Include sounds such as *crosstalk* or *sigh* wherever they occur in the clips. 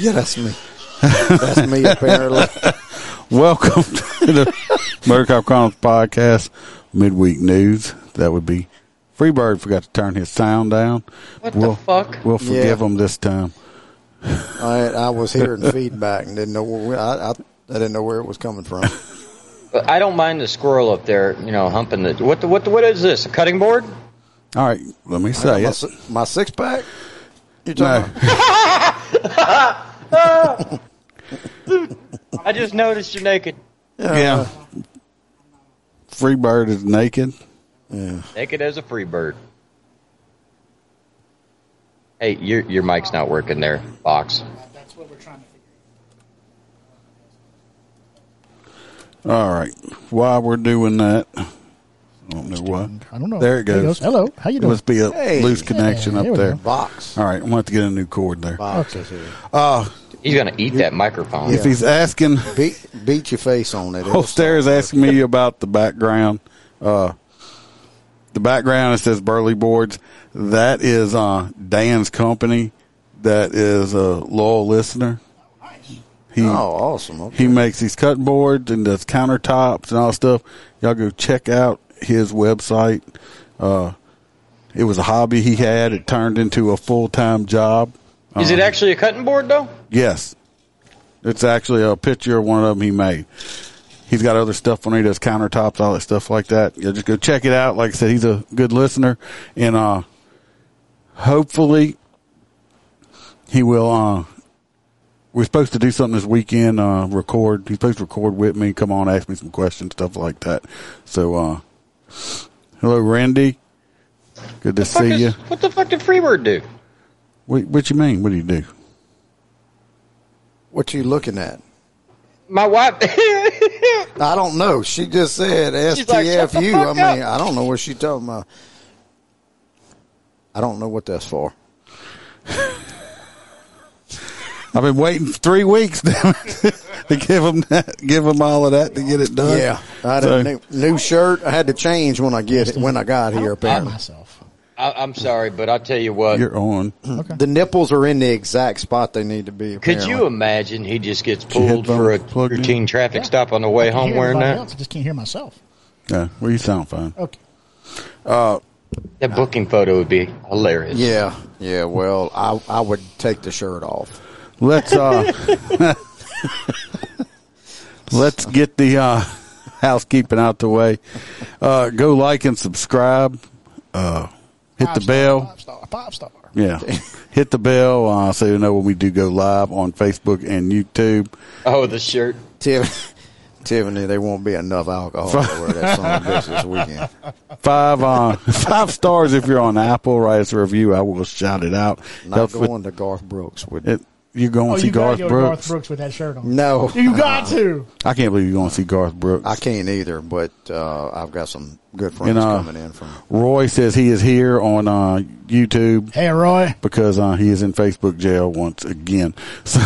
Yeah, *laughs* that's me. That's me, apparently. Welcome to the Murder Cop Chronicles podcast, midweek news. That would be Freebird forgot to turn his sound down. What we'll, the fuck? We'll forgive Yeah. him this time. I, I was hearing feedback and didn't know where, I, I, I didn't know where it was coming from. But I don't mind the squirrel up there, you know, humping the. What the, what the, what is this? A cutting board? All right, let me My, say it. s- my six pack? You No, talking? *laughs* I just noticed you're naked. yeah. Freebird is naked. Naked as a free bird. Hey, your your mic's not working there, Fox. That's what we're trying to figure All right, while we're doing that, I don't know why. out. I don't know. There it There it goes. goes. Hello, how you It must be a Hey. loose connection Yeah, up there we there. go. Box. All right, I'm going to have to get a new cord there. Box is here. He's gonna eat that microphone. Uh, If he's asking. Beat, beat your face on it. It was- Holster is Oh, asking me about the background. Uh, the background it says Burley Boards. That is uh, Dan's company. That is a loyal listener. He oh, awesome. Okay. he makes these cut boards and does countertops and all that stuff. Y'all go check out his website. Uh, it was a hobby he had. It turned into a full time job. Is Oh. it actually a cutting board though? Yes. It's actually a picture of one of them he made. He's got other stuff on. it. He does countertops, all that stuff like that. You just go check it out. Like I said, he's a good listener, and uh, hopefully, he will. Uh, we're supposed to do something this weekend. Uh, record. He's supposed to record with me. Come on, ask me some questions, stuff like that. So, uh, hello, Randy. Good to Fuck see is- you. What the fuck did Freebird do? What, what you mean? What do you do? What you looking at? My wife. I don't know. She just said She's like, "Shut the STFU. I fuck mean, up." I don't know what she talking about. I don't know what that's for. *laughs* I've been waiting three weeks *laughs* damn it, to give them that, give them all of that to get it done. Yeah, I had So, a new, new shirt. I had to change when I get it, when I got here. By Apparently, myself. I, I'm sorry, but I'll tell you what. you're on. the nipples are in the exact spot they need to be. Could Apparently. you imagine he just gets pulled for a headphones plugged in? routine traffic stop on the way I can home hear wearing everybody that? Else. I just can't hear myself. Yeah, well, you sound fine. *laughs* Okay. Uh, That booking photo would be hilarious. Yeah, yeah. Well, I I would take the shirt off. Let's uh, let's get the uh, *laughs* housekeeping out the way. Uh, go like and subscribe. Uh, hit the Five star, bell. Five star. Five star. Yeah, hit the bell uh, so you know when we do go live on Facebook and YouTube. *laughs* Oh, the shirt. Tiff, Tiffany, there won't be enough alcohol to wear *laughs* that son of a bitch this weekend. Five uh, *laughs* five stars if you're on Apple. Write us a review. I will shout it out. Not Helps with- going to Garth Brooks with It, you're going to Oh, see you gotta Garth go to Brooks. Garth Brooks with that shirt on. No, You got to. I can't believe you're going to see Garth Brooks. I can't either. But uh, I've got some good friends And, uh, coming in from. Roy says he is here on uh, YouTube Hey, Roy. because uh, he is in Facebook jail once again. So,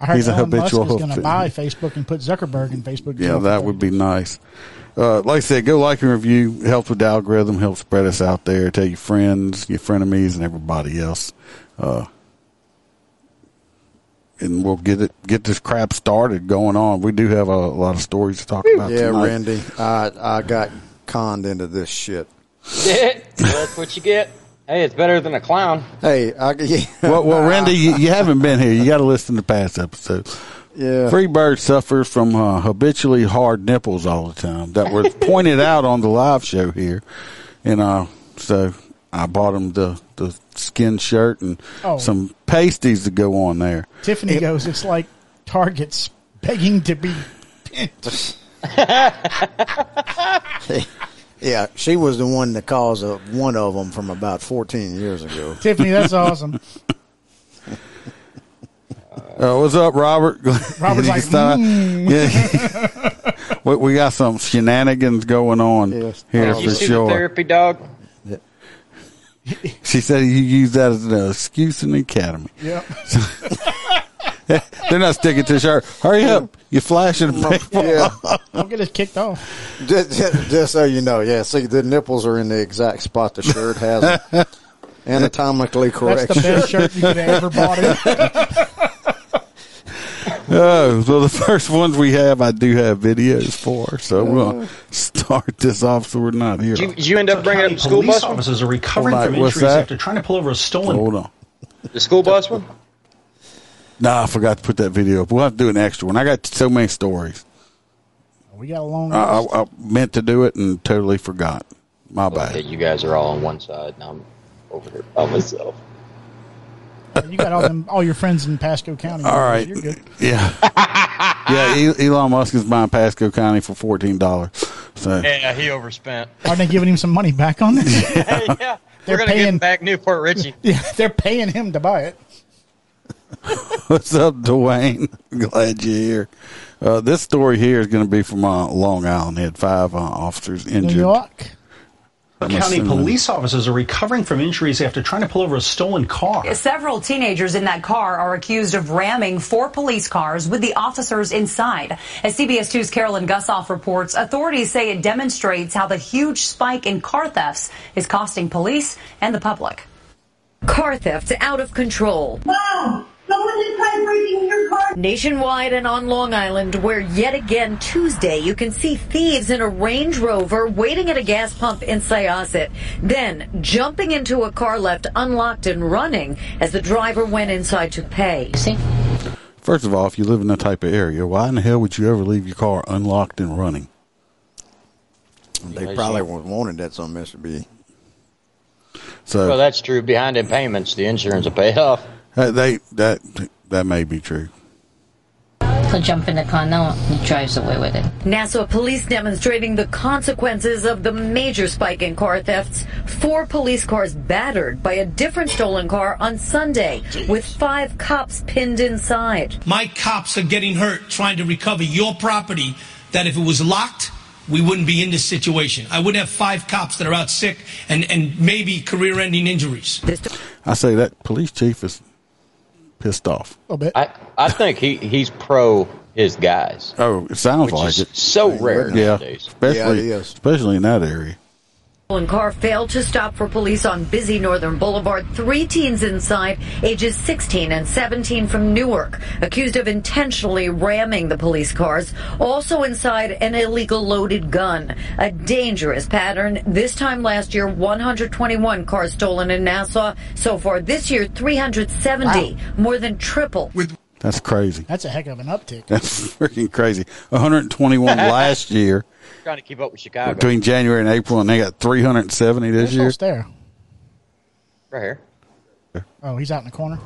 I heard He's a Elon Musk is habitual going to fan. buy Facebook and put Zuckerberg in Facebook. yeah, that would be nice. Uh, like I said, go like and review. It helps with the algorithm. Helps spread us out there. Tell your friends, your frenemies, and everybody else. Uh, and we'll get it get this crap started going on. We do have a, lot of stories to talk about. Yeah, tonight. Randy, I I got conned into this shit. Yeah, that's what you get. Hey, it's better than a clown. Hey, I, yeah, well, well, Randy, you, you haven't been here. You got to listen to past episodes. *laughs* yeah. Freebird suffers from uh, habitually hard nipples all the time that *laughs* were pointed out on the live show here, and uh, so I bought him the the skin shirt and Oh. some pasties to go on there. Tiffany goes, it's like Target's begging to be pinched. *laughs* Yeah, she was the one that caused a, one *laughs* of them from about 14 years ago. Tiffany, that's awesome. Uh, what's up, Robert? *laughs* Robert's He like, stopped. "Mm." yeah. *laughs* we, we got some shenanigans going on Yes. here Oh, Did You for see sure. the therapy dog? She said you used that as an excuse in the academy. Yep. *laughs* They're not sticking to the shirt. Hurry up. You're flashing the paper. Yeah. Don't get us kicked off. just, just, just so you know, yeah. See, the nipples are in the exact spot the shirt has. *laughs* 'em. Anatomically That's correct. the best shirt you could have ever bought. in. Oh, well, the first ones we have, I do have videos for. So we're going to start this off so we're not here. Did you, did you end up bringing up County the school police bus one? officers are recovering Hold on, from what's injuries that? after trying to pull over a stolen Hold on. The school bus one? Nah, I forgot to put that video up. We'll have to do an extra one. I got so many stories. We got a long. I, I, I meant to do it and totally forgot. My Okay, bad. you guys are *laughs* all on one side, and I'm over here by myself. you got all them, all your friends in Pasco *laughs* County. All right. You're good. *laughs* Yeah. yeah. E- Elon Musk is buying Pasco County for $14. So. Yeah, he *laughs* overspent. Are they giving him some money back *laughs* on that? yeah, They're we're gonna get paying- back Newport Richie. yeah, they're paying him to buy it. What's up, Dwayne? *laughs* Glad you're here. Uh, this story here is going to be from uh, Long Island. They had five uh, officers New injured. York. I'm County assuming. police officers are recovering from injuries after trying to pull over a stolen car. Several teenagers in that car are accused of ramming four police cars with the officers inside. As CBS 2's Carolyn Gussoff reports, authorities say it demonstrates how the huge spike in car thefts is costing police and the public. Car thefts out of control. Wow! Someone inside breaking your car. Nationwide and on Long Island, where yet again Tuesday you can see thieves in a Range Rover waiting at a gas pump in Syosset, then jumping into a car left unlocked and running as the driver went inside to pay. First of all, if you live in that type of area, why in the hell would you ever leave your car unlocked and running? They probably wa- wanted that some Mr. B. So Well, that's true. Behind in payments, the insurance will pay off. uh, they that that may be true. He'll jump in the car now and he drives away with it. Nassau police demonstrating the consequences of the major spike in car thefts. Four police cars battered by a different stolen car on Sunday, with five cops pinned inside. My cops are getting hurt trying to recover your property that if it was locked, we wouldn't be in this situation. I would have five cops that are out sick and, and maybe career ending injuries. I say that police chief is pissed off. A little bit. I I think he, he's pro his guys, Oh, it sounds which like is it. so rare Yeah, nowadays. especially Yeah, it is. especially in that area. Stolen car failed to stop for police on busy Northern Boulevard. Three teens inside, ages 16 and 17 from Newark, accused of intentionally ramming the police cars. Also inside, an illegal loaded gun. A dangerous pattern. This time last year, 121 cars stolen in Nassau. So far this year, 370, more than triple. That's crazy. *laughs* That's a heck of an uptick. That's freaking crazy. 121 *laughs* last year. Trying to keep up with Chicago. between January and April, and they got 370 this There's no year. stair. right here. Oh, he's out in the corner.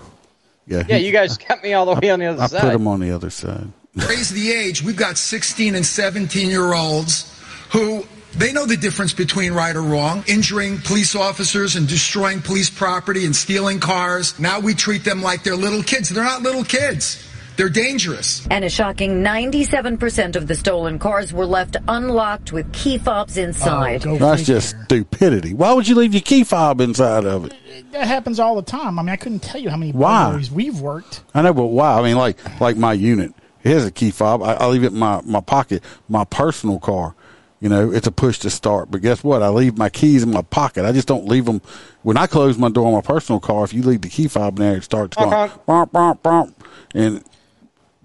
Yeah, you guys got me all the way on the other I side. put them on the other side. Raise the age. We've got 16 and 17 year olds who they know the difference between right or wrong, injuring police officers and destroying police property and stealing cars. Now we treat them like they're little kids. They're not little kids. They're dangerous. And a shocking 97% of the stolen cars were left unlocked with key fobs inside. Oh, go That's figure. just stupidity. Why would you leave your key fob inside of it? That happens all the time. I mean, I couldn't tell you how many Why? burglaries we've worked. I know, but why? I mean, like like my unit, it has a key fob. I, I leave it in my, my pocket, my personal car. You know, it's a push to start. But guess what? I leave my keys in my pocket. I just don't leave them. When I close my door on my personal car, if you leave the key fob in there, it starts going. Okay. Bonk, bonk, bonk. And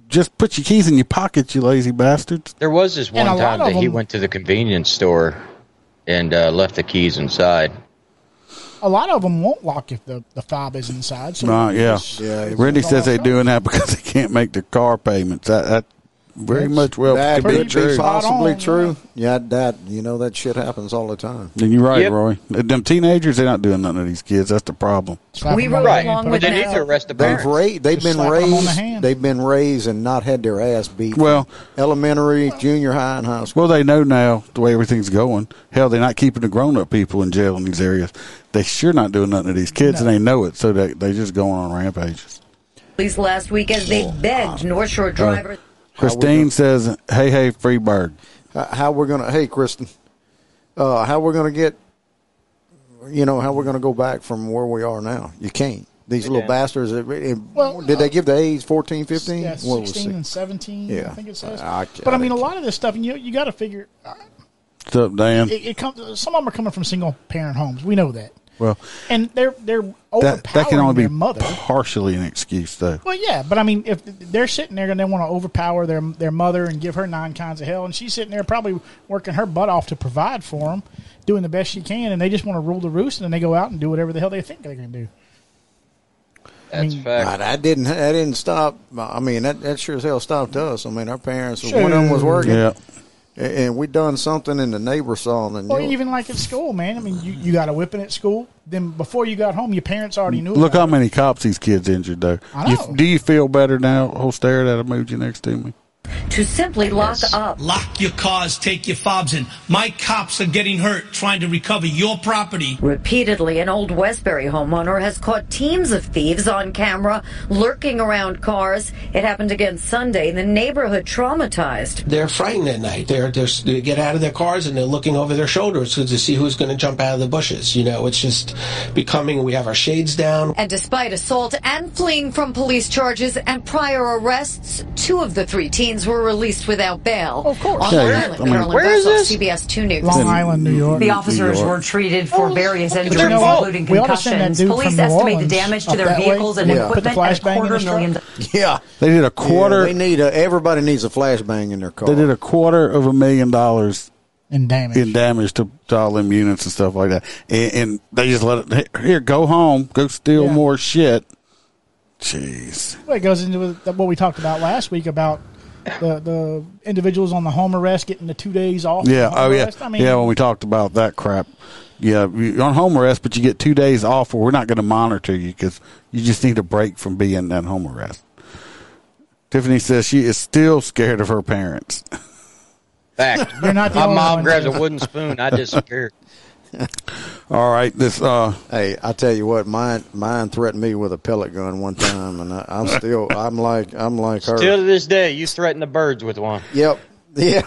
just put your keys in your pocket, you lazy bastards. There was this one And a time lot that of he them- went to the convenience store and uh, left the keys inside. A lot of them won't lock if the, the fob is inside. So Uh, yeah. Yeah, Randy It's says they're all- doing that because they can't make the car payments. That, that *laughs* very much well that could be could be true. pop- possibly Spot on, true. Yeah, that you know that shit happens all the time. Then you're right, Yep. Roy. Them teenagers, they're not doing nothing to these kids. That's the problem. slap We him on rode the Right. hand, along put with him They in that. need the to arrest the They've parents. raised. They've Just been slap 'em on the raised. hand. they've been raised and not had their ass beat. Well- elementary, junior high, and high school. Well, they know now the way everything's going. Hell, they're not keeping the grown up people in jail in these areas. They sure not doing nothing to these kids, and they know it, so they they just going on rampages. police last week as Oh, they begged North Shore drivers. Christine says, "Hey, hey, Freebird." Uh, how we're gonna? Hey, Kristen. Uh, how we're gonna get? You know how we're gonna go back from where we are now? You can't. These Yeah. little bastards. It, it, Well, uh, did they give the age 14, 15? Yeah, What was 16 it? and 17, Yeah. I think it says. I- I- but I mean, a lot of this stuff, and you, you got to figure, What's up, Dan? it, it comes, some of them are coming from single parent homes. We know that. Well, And they're, they're overpowering that that can only their be mother. partially an excuse, though. Well, yeah, but I mean, if they're sitting there and they want to overpower their their mother and give her nine kinds of hell, and she's sitting there probably working her butt off to provide for them, doing the best she can, and they just want to rule the roost, and then they go out and do whatever the hell they think they're going to do. That's Nah, that didn't. That didn't stop. I mean, that, that sure as hell stopped us. I mean, our parents. Sure. One of them was working. Yeah. And- And we done something, and the neighbor saw, and Or knew it. even like at school, man. I mean, you, you got a whipping at school. Then before you got home, your parents already knew. Look about how many cops these kids injured, though. I know. You, do you feel better now, Holster? That I moved you next to me. to simply lock up. Lock your cars, take your fobs in. My cops are getting hurt trying to recover your property. Repeatedly, an old Westbury homeowner has caught teams of thieves on camera lurking around cars. It happened again Sunday. The neighborhood traumatized. They're frightened at night. They're, they're they get out of their cars and they're looking over their shoulders to, to see who's going to jump out of the bushes. You know, it's just becoming. We have our shades down. And despite assault and fleeing from police charges and prior arrests, two of the three teens were released without bail. Of course. On Yeah, Long yeah. Island, I mean- Carolyn Where is Gussow, this? Mm-hmm. CBS 2 News. Oh, Long Island, New York. The officers were treated for various injuries, you know what? including We oughta send that concussions. dude Police from New estimate the Orleans damage to up their that way. vehicles and Yeah. Put the equipment at a flashbang in quarter the truck. million. *laughs* Yeah, they did a quarter. they need a. Everybody needs a flashbang in their car. They did a quarter of a million dollars in damage in damage to, to all them units and stuff like that, and, and they just let it here go home, go steal Yeah. more shit. Jeez, Well, it goes into the- what we talked about last week about the, the individuals on the home arrest getting the two days off. yeah, of oh home yeah, arrest. I mean, yeah. When we talked about that crap, yeah, you're on home arrest, but you get two days off, or we're not going to monitor you because you just need a break from being on home arrest. Tiffany says she is still scared of her parents. *laughs* Fact. You're not the My only mom one. grabs a wooden spoon. *laughs* I disappear. *laughs* All right, this. uh Hey, I tell you what, mine mine threatened me with a pellet gun one time, and I, *laughs* I'm still, I'm like, I'm like her. Still to this day, you threaten the birds with one. Yep. *laughs* Yeah.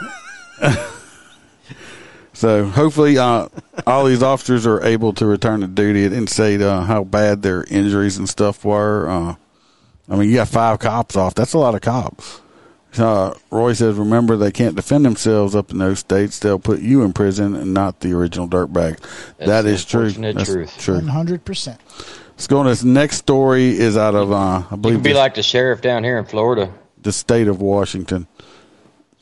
So hopefully, uh, all these officers are able to return to duty. It didn't say uh, how bad their injuries and stuff were. Uh, I mean, you got five cops off. That's a lot of cops. Uh, Roy says, remember, they can't defend themselves up in those states. They'll put you in prison and not the original dirtbag. That is true. That's true. 100%. Let's go on. This next story is out of, uh, I You believe, could be the, like the sheriff down here in Florida. the state of Washington.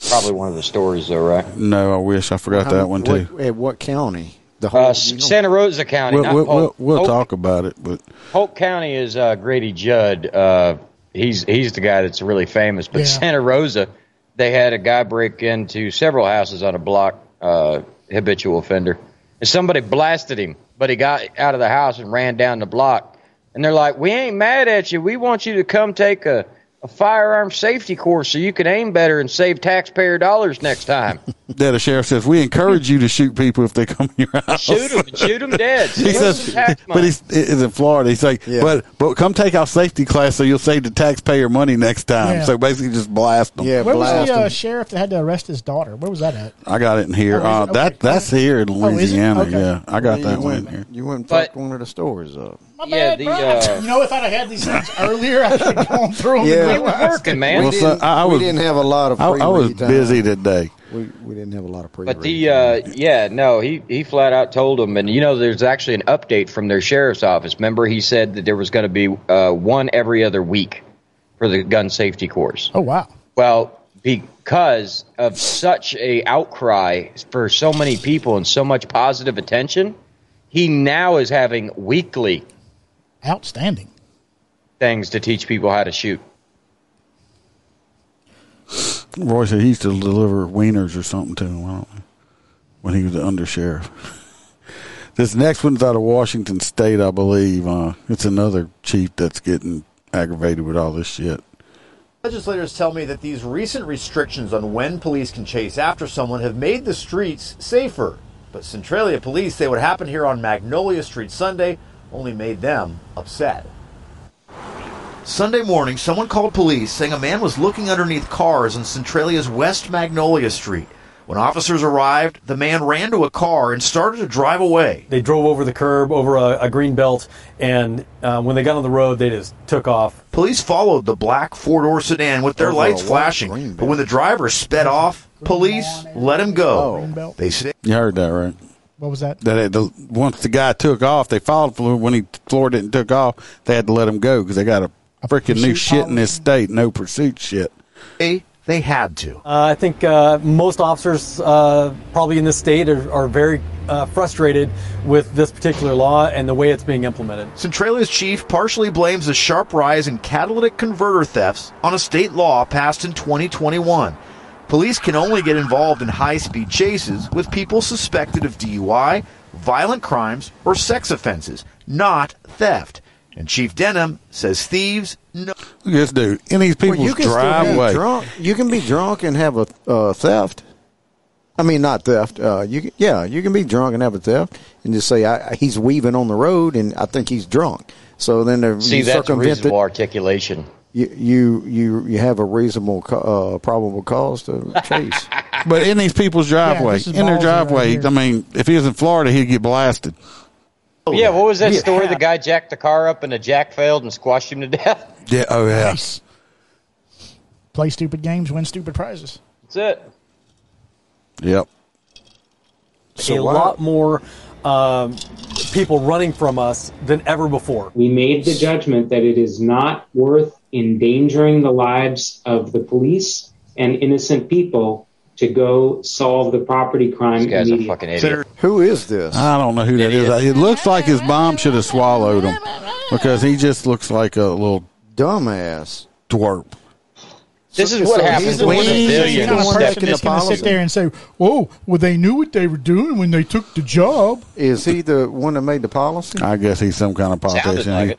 Probably one of the stories, though, right? No, I wish. I forgot that one, too. What, at what county? The Uh, Santa Rosa County. We'll, not Oh. we'll, we'll, Polk. we'll Polk- talk about it, but. Polk County is uh, Grady Judd. Uh, he's he's the guy that's really famous. But Yeah. Santa Rosa, they had a guy break into several houses on a block, uh, habitual offender, and somebody blasted him. But he got out of the house and ran down the block. And they're like, "We ain't mad at you. We want you to come take a." A firearm safety course so you can aim better and save taxpayer dollars next time. Yeah, the sheriff says we encourage you to shoot people if they come in your house. *laughs* Shoot 'em, shoot 'em *laughs* dead. he Save some says, tax but he's it is in Florida. He's like, but but come take our safety class so you'll save the taxpayer money next time. Yeah. So basically, just blast them. Where was the uh, sheriff that had to arrest his daughter? Where was that at? I got it in here. Oh, is it? uh, Okay. That that's here in Oh, is it? Louisiana. Okay. Yeah, I got You that one in went- here. You went and fucked one of the stories up. My Yeah, bad, the, bro. uh, *laughs* you know, if I'd have had these things *laughs* earlier, I should have gone through them. Yeah. and realized. working, man. We, didn't, we didn't have a lot of. I, I was pre-read time. busy today. We we didn't have a lot of pre. But the uh, yeah, no, he he flat out told him, and you know, there's actually an update from their sheriff's office. Remember, he said that there was going to be uh, one every other week for the gun safety course. Oh, wow. Well, because of such a outcry for so many people and so much positive attention, he now is having weekly Outstanding. things to teach people how to shoot. Roy said he used to deliver wieners or something to him. I don't know. When he was the undersheriff. *laughs* this next one's out of Washington State, I believe. Uh, it's another chief that's getting aggravated with all this shit. Legislators tell me that these recent restrictions on when police can chase after someone have made the streets safer. But Centralia police say what happened here on Magnolia Street Sunday only made them upset. Sunday morning, someone called police saying a man was looking underneath cars on Centralia's West Magnolia Street. When officers arrived, the man ran to a car and started to drive away. They drove over the curb, over a, a green belt, and uh, when they got on the road, they just took off. Police followed the black four door sedan with their Over a lights white flashing, but when the driver sped off, police let him Oh. go. They say You heard that right? What was that? That it- the, once the guy took off, they followed for when he floored it and took off. They had to let him go because they got a freaking new pursuit shit in this state, no pursuit shit. They they had to. Uh, I think uh, most officers, uh, probably in this state, are, are very uh, frustrated with this particular law and the way it's being implemented. Centralia's chief partially blames the sharp rise in catalytic converter thefts on a state law passed in 2021. Police can only get involved in high speed chases with people suspected of DUI, violent crimes, or sex offenses, not theft. And Chief Denham says thieves know. Look at this dude in these Well, people's you can still be driveway. drunk. You can be drunk and have a uh, theft. I mean, not theft. Uh, you can, yeah, you can be drunk and have a theft, and just say I, he's weaving on the road, and I think he's drunk. So then they're- See, you that's circumvent reasonable it. articulation. You, you you you have a reasonable ca- uh, probable cause to chase. but in these people's driveway, this is in their balls around driveway. here. I mean, if he was in Florida, he'd get blasted. Oh, yeah, what was that Yeah. *laughs* story? The guy jacked the car up and the jack failed and squashed him to death. Yeah. Oh yeah. Play stupid games, win stupid prizes. *laughs* That's it. Yep. a why- lot more um, people running from us than ever before. We made the judgment that it is not worth endangering the lives of the police and innocent people to go solve the property crime immediately. Who is this? I don't know who that is. It looks like his mom should have swallowed him because he just looks like a little dumbass twerp. This is what happens when He's not civilians a step person into that's going to sit policy. there and say, "Whoa, well, they knew what they were doing when they took the job." Is he the one that made the policy? I guess he's some kind of Sounded politician. like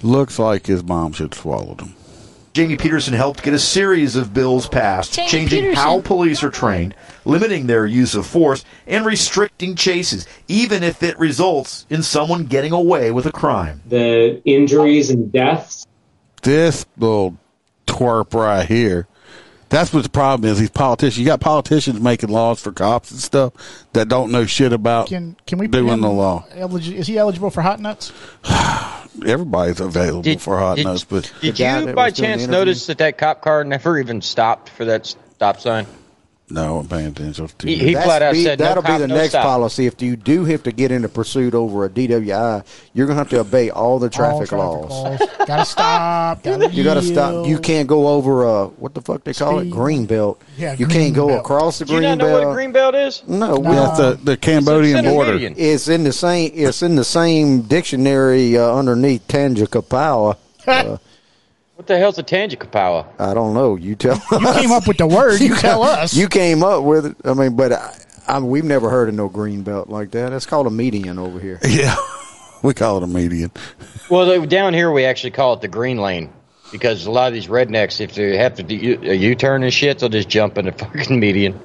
He Looks like his mom should have swallowed him. Jamie Peterson helped get a series of bills passed, Jamie changing Peterson. how police are trained, limiting their use of force, and restricting chases, even if it results in someone getting away with a crime. The injuries and deaths This little twerp right here. That's what the problem is. These politicians. You got politicians making laws for cops and stuff that don't know shit about Can can we put doing him the law. eligi- Is he eligible for hot nuts? Everybody's available Did- for hot did- nuts, but Did you, by chance, notice that that cop car never even stopped for that stop sign? No, I'm paying attention. To He- he that. That's flat out be- said, "No that'll cop, be the no next stop." policy. If you do have to get into pursuit over a DWI, you're gonna have to obey all the traffic, laws. *laughs* gotta stop. Gotta You gotta stop. You can't go over uh what the fuck they call it, Speed. green belt. Yeah, you green can't go belt. across the Do you green not know belt. what a green belt is? no, we- That's the, the Cambodian border. It's in the same. It's in the same dictionary uh, underneath Tangicapawa. *laughs* Uh, What the hell's a Tangipahoa? I don't know. You tell. *laughs* You came up with the word. You tell us. You came up with it. I mean, but I, I mean, we've never heard of no green belt like that. That's called a median over here. *laughs* Yeah, we call it a median. Well, they- down here we actually call it the green lane because a lot of these rednecks, if they have to do U- a U-turn and shit, they'll just jump in the *laughs* fucking median.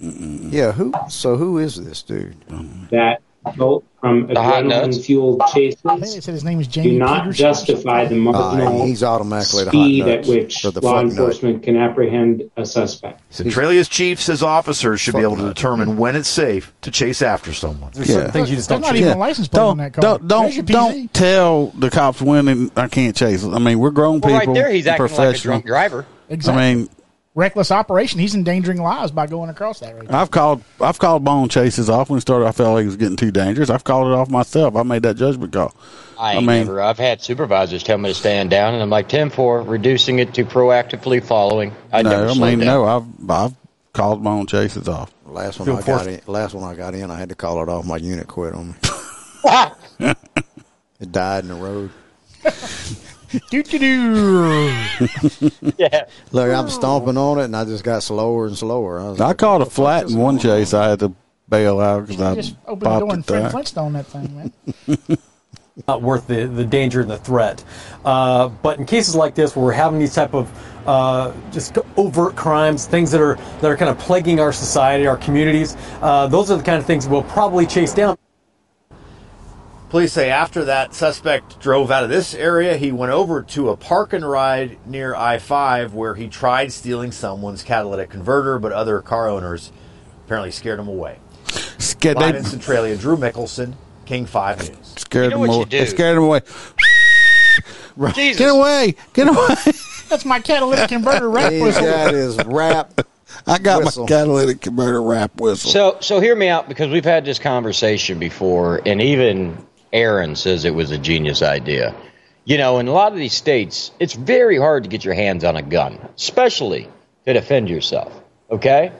Yeah. Who? So who is this dude? that result from The hot nuts. adrenaline fueled They chases said his name was Jamie. do not Peterson or justify the marginal Uh, he's automatically the hot speed at nuts, which or the law fuck nut. enforcement can apprehend a suspect. Centralia's chief says officers should be able to determine when it's safe to chase after someone. There's certain Yeah. things you just There's not even a license plate on that car. Don't There's your don't PZ. don't tell the cops when and I can't chase. I mean, we're grown people. Well, right there, he's and acting like a professional. drunk driver. Exactly. I mean, Reckless operation. He's endangering lives by going across that road. I've called I've called bone chases off when it started. I felt like it was getting too dangerous. I've called it off myself. I made that judgment call. I, I ain't mean- never. I've had supervisors tell me to stand down, and I'm like, 10-4, reducing it to proactively following. I no, never I slowed mean down. no. I've I've called bone chases off. Last Feel one I got forced- in, last one I got in, I had to call it off. My unit *laughs* quit on me. Ah. it died in the road. *laughs* Do *laughs* do do. yeah. Look, I'm stomping on it, and I just got slower and slower. I was I like, called a flat in one chase. I had to bail out because I Just open the door and popped Fred it. Flintstone that thing, man. not worth the, the danger and the threat. Uh, but in cases like this, where we're having these type of uh, just overt crimes, things that are that are kind of plaguing our society, our communities, uh, those are the kind of things we'll probably chase down. Police say after that suspect drove out of this area, he went over to a park and ride near I 5 where he tried stealing someone's catalytic converter, but other car owners apparently scared him away. Scared Live they- in Centralia, Drew Mickelson, King 5 News. Scared know him what you away. do. Scared him away. Right. *laughs* Jesus. Get away! Get away! That's *laughs* my catalytic converter rap He's whistle. got his rap. I got Whistle. my catalytic converter rap whistle. So, so hear me out because we've had this conversation before, and even Aaron says it was a genius idea. You know, in a lot of these states, it's very hard to get your hands on a gun, especially to defend yourself. Okay?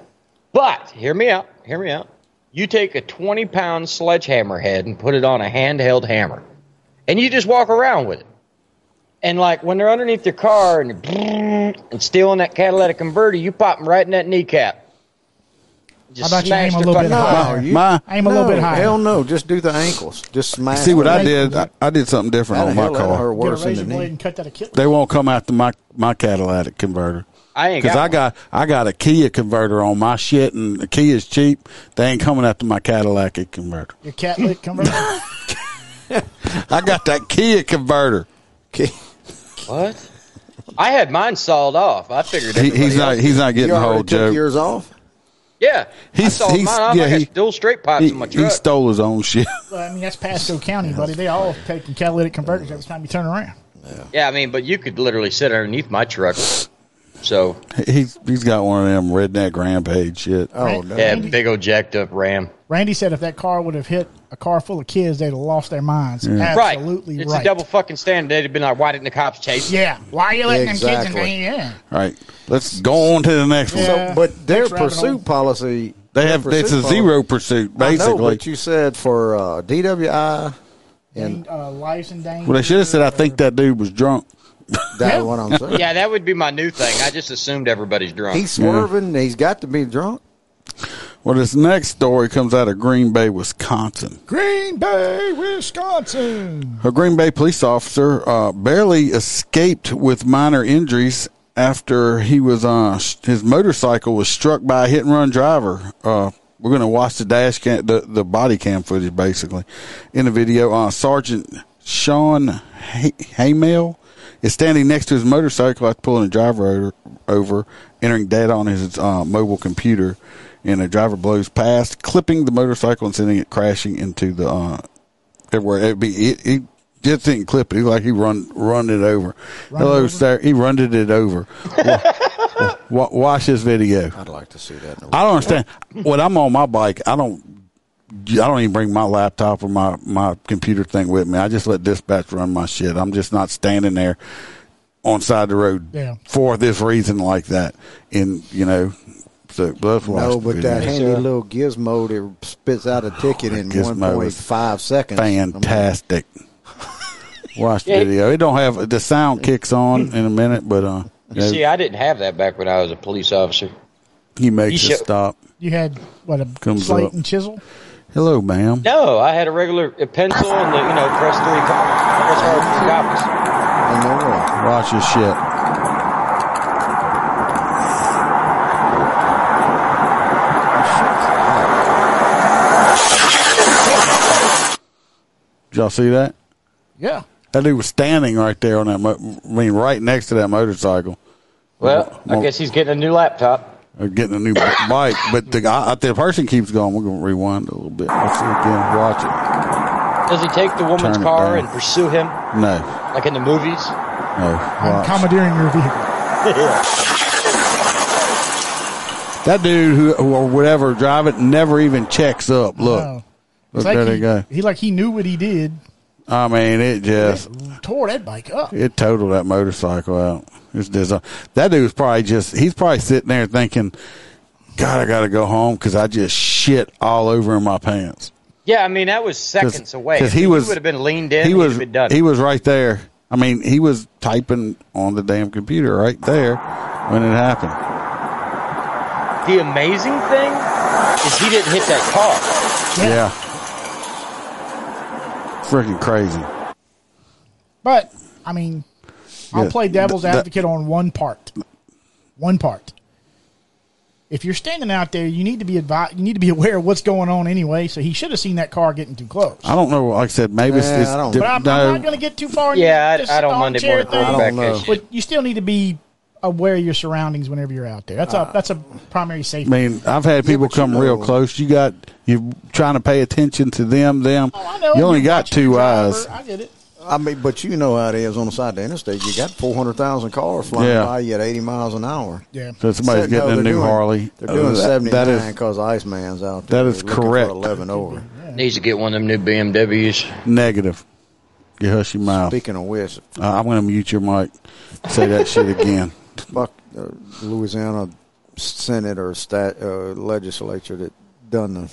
But, hear me out, hear me out. You take a 20 pound sledgehammer head and put it on a handheld hammer, and you just walk around with it. And, like, when they're underneath your car and, you're and stealing that catalytic converter, you pop them right in that kneecap. How about you aim smashed a her little bit fucking higher? No, my- aim a little no, bit higher. Hell no, just do the ankles. Just smash. See what I them. did? I, I did something different That'll on my hell, that'll hurt car. Get a worse *laughs* than razor the knee. blade and cut that Achilles. They won't come after my my catalytic converter. I ain't Because got I got I got a Kia converter on my shit, and the Kia's cheap. They ain't coming after my catalytic converter. Your catalytic converter. *laughs* I got that Kia converter. He, What? I had mine sawed off. I figured everybody he's not else- he's not getting You the already whole took joke. yours off. Yeah, I He's- sawed he's- mine off. yeah, I got he- dual straight pipes He, in my he truck. stole his own shit. *laughs* Well, I mean, that's Pasco County, buddy. They all taking catalytic converters every time you turn around. yeah, I mean, but you could literally sit underneath my truck. So He's he's got one of them redneck rampage shit. Oh, no. yeah, big old jacked up Ram. Randy said if that car would have hit a car full of kids, they'd have lost their minds. Yeah. Absolutely right. right. It's a double fucking standard. They'd have been like, "Why didn't the cops chase?" you?" Yeah. Why are you letting them kids Exactly. in there? Yeah. All right, let's go on to the next one. Yeah. So, but their Thanks, rabbit hole. pursuit policy. They their have pursuit it's a policy- zero pursuit I know, basically. but you said for uh, DWI, and uh, life's in danger. well, they should have said I think that dude was drunk. that's Yeah. what *laughs* I'm saying. Yeah, that would be my new thing. I just assumed everybody's drunk. He's swerving. He's got to be drunk. Well, this next story comes out of Green Bay, Wisconsin. Green Bay, Wisconsin. A Green Bay police officer uh, barely escaped with minor injuries after he was uh, sh- his motorcycle was struck by a hit and run driver. Uh, we're going to watch the dash cam, the, the body cam footage basically in the video. Uh, Sergeant Sean Hay- Haymel is standing next to his motorcycle after pulling a driver over, over entering data on his uh, mobile computer. And the driver blows past, clipping the motorcycle and sending it crashing into the uh, everywhere. It'd be, he, he just didn't clip it. He like he run run it over. Hello, sir. He runned it *laughs* over. Wa- wa- Watch this video. I'd like to see that. In I don't understand. When I'm on my bike, I don't. I don't even bring my laptop or my, my computer thing with me. I just let dispatch run my shit. I'm just not standing there on side of the road Yeah. for this reason like that. And you know, so but let's watch no, the but video. that handy little gizmo that spits out a ticket in Gizmo is 1.5 seconds. fantastic. *laughs* Watch the Yeah. video. It don't have the sound kicks on in a minute, but uh, you, You know, see, I didn't have that back when I was a police officer. he makes you it should- stop. You had what a Comes slate up. and chisel. Hello, ma'am. No, I had a regular a pencil and the you know press three copies. Press hard three copies. And no more. Watch this shit. Did y'all see that? Yeah. That dude was standing right there on that. Mo- I mean, right next to that motorcycle. Well, I guess he's getting a new laptop. or getting a new *coughs* b- bike, but the guy, the person keeps going. We're gonna rewind a little bit. Let's see again. Watch it. Does he take the woman's Turn it car down. and pursue him No, like in the movies? *laughs* no. I'm Watch. commandeering your vehicle. that dude who or whatever drive it never even checks up. Look, Oh. look there he, they go. he like he knew what he did. I mean, it just Tore that bike up. it totaled that motorcycle out. It's just, that dude was probably just he's probably sitting there thinking, God, I gotta go home because I just shit all over in my pants. Yeah, I mean that was seconds away. Because If he was would have been leaned in. He was would have been done. he was right there. I mean, he was typing on the damn computer right there when it happened. The amazing thing is he didn't hit that car. Yeah, freaking crazy. But I mean, I'll Yeah, play devil's th- th- advocate on one part. One part. if you're standing out there, you need to be advi- you need to be aware of what's going on anyway. So he should have seen that car getting too close. I don't know. Like I said, maybe it's, Nah, it's I don't- di- But I'm, I'm no. not going to get too far. into Yeah, I- this I don't dog mind it chair more than thing, quarterback I don't know. But you still need to be aware of your surroundings whenever you're out there. That's a that's a Uh, primary I safety. mean, I've had people but you come real know. close. You got you trying to pay attention to them. Them. Oh, I know. you only You're got two eyes. I get it. I mean, but you know how it is on the side of the interstate. You got four hundred thousand cars flying Yeah. by you at eighty miles an hour. Yeah. So somebody's getting a they're new doing- Harley. They're doing Uh, that- seventy that nine is- because Iceman's out that there. is looking for correct. Eleven over. Needs to get one of them new BMWs. Negative. You hush your mouth. Speaking of which, Uh, I'm going to mute your mic. Say that shit *laughs* again. fuck uh, Louisiana Senate or stat, uh, legislature that done the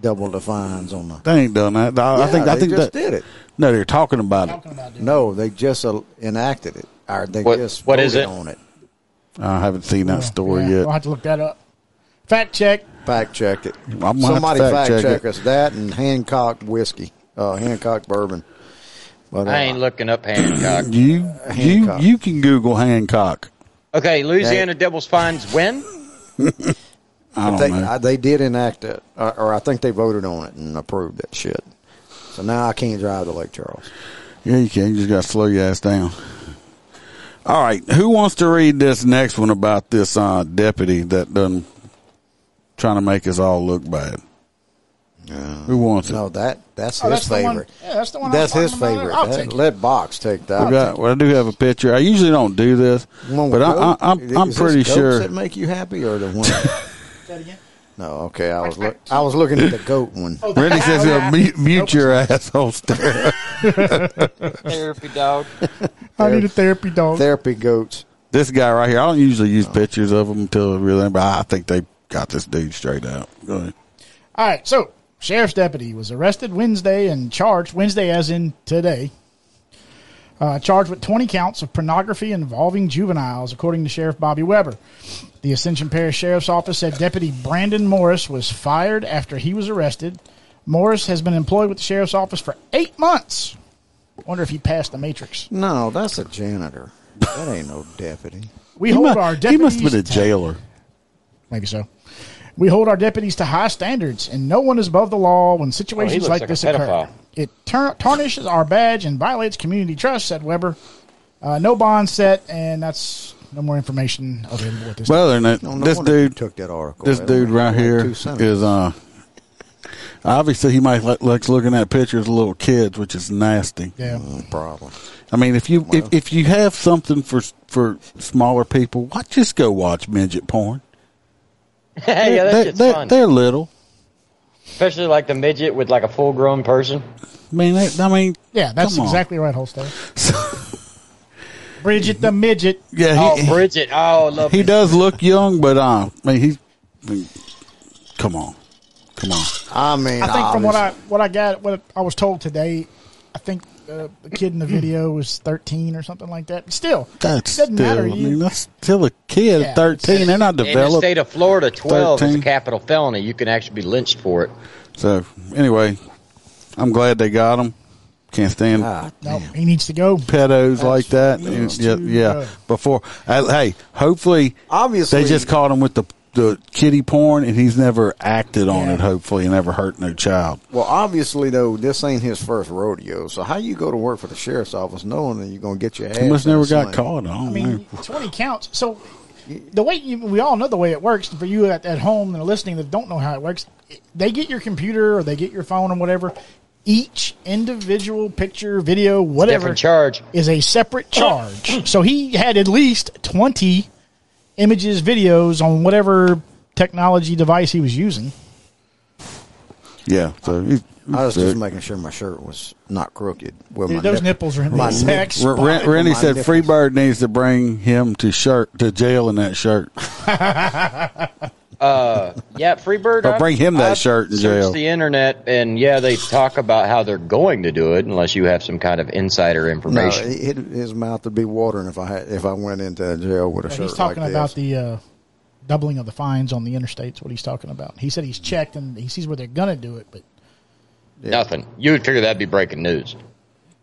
double the fines on the. They ain't done that. I, I Yeah, think I they think just that, did it. No, they're talking about it. No, they just uh, enacted it. Or they What- just what is voted it? on it? I haven't seen that story Yeah, yet. I'll have to look that up. Fact check. Fact checked it. gonna have to Somebody fact fact check check, it. us that and Hancock whiskey, uh, Hancock bourbon. But uh, I ain't looking up Hancock. You you you can Google Hancock. Okay, Louisiana Devils fines *laughs* I when? but don't they, know. I, they did enact it, or, or I think they voted on it and approved that shit. So now I can't drive to Lake Charles. Yeah, you can. You just got to slow your ass down. All right, who wants to read this next one about this uh, deputy that done trying to make us all look bad? who wants it? No, that that's Oh, that's his the one- favorite. yeah, that's the one I That's was his talking about. favorite. I'll That- take it. let Box take that. I got. Well, I do have a picture. I usually don't do this, One but I, I, goat? I'm I'm Is this pretty goats sure. That make you happy or the *laughs* one? No, okay. I was look, I was looking at Oh, the goat one. Randy says he'll mute, mute your asshole *laughs* stare. Therapy *laughs* dog. I need a therapy dog. Therapy goats. This guy right here. I don't usually use pictures of him until really, but I think they got this dude straight out. Go ahead. All right, so sheriff's deputy was arrested Wednesday and charged Wednesday, as in today. Uh, charged with 20 counts of pornography involving juveniles, according to Sheriff Bobby Weber. The Ascension Parish Sheriff's Office said Deputy Brandon Morris was fired after he was arrested. Morris has been employed with the Sheriff's Office for eight months. Wonder if he passed the matrix. No, that's a janitor. That ain't no deputy. We hold our He must have deputies been a to- jailer. Maybe so. We hold our deputies to high standards, and no one is above the law when situations Oh, looks like, like a this occur. pedophile. It tar- tarnishes our badge and violates community trust, said Weber. Uh, no bond set, and that's no more information available at this time. Well, and that, No, no this wonder you dude took that article. This That dude only right took, like, here two sentences. is uh, obviously he might like, likes looking at pictures of little kids, which is nasty. Yeah. problem. I mean, if you if, if you have something for for smaller people, why just go watch midget porn? yeah, that They- shit's they- fun. They're little. Especially like the midget with like a full grown person. I mean, they, I mean, yeah, that's come on. exactly right, *laughs* Holster. Bridget the midget. Yeah, he, oh, Bridget. Oh, love he does look young, but uh, I mean, he. I mean, come on, come on. I mean, I think from obviously- what I what I got, what I was told today, I think uh, the kid *clears throat* in the video was thirteen or something like that. Still, That's doesn't still. matter. I You- mean, that's still a kid. Yeah. at Thirteen. They're not In the developed. state of Florida, 12 is a 13. capital felony. You can actually be lynched for it. So anyway, I'm glad they got him. Can't stand nope, Ah, he needs to go. pedos like that. needs Yeah, to yeah. go. Before, uh, hey, hopefully, Obviously- they just caught him with the the kitty porn, and he's never acted on Yeah. it. Hopefully, and never hurt no child. Well, obviously though, this ain't his first rodeo. So how you go to work for the sheriff's office knowing that you're gonna get your ass? He must in never the got sling? caught. I don't I mean, know. 20 counts. So the way you, we all know the way it works for you at, at home and listening that don't know how it works, they get your computer or they get your phone or whatever. Each individual picture, video, whatever Different charge. is a separate *coughs* charge. so he had at least 20 images, videos on whatever technology device he was using. Yeah. So he's, I was so- just making sure my shirt was not crooked. Where Dude, my those nip- nipples are in the my exact Ra- spot. Ra- Randy My said nipples. Freebird needs to bring him to shirt to jail in that shirt. Uh, yeah, Freebird. Or bring him that I've shirt in searched jail. the internet, and yeah, they talk about how they're going to do it unless you have some kind of insider No, information. it, his mouth would be watering if I had, if I went into jail with a Yeah, shirt he's talking like about this. the uh, doubling of the fines on the interstates. What he's talking about. He said he's checked and he sees where they're gonna do it, but Nothing. You would figure that'd be breaking news. just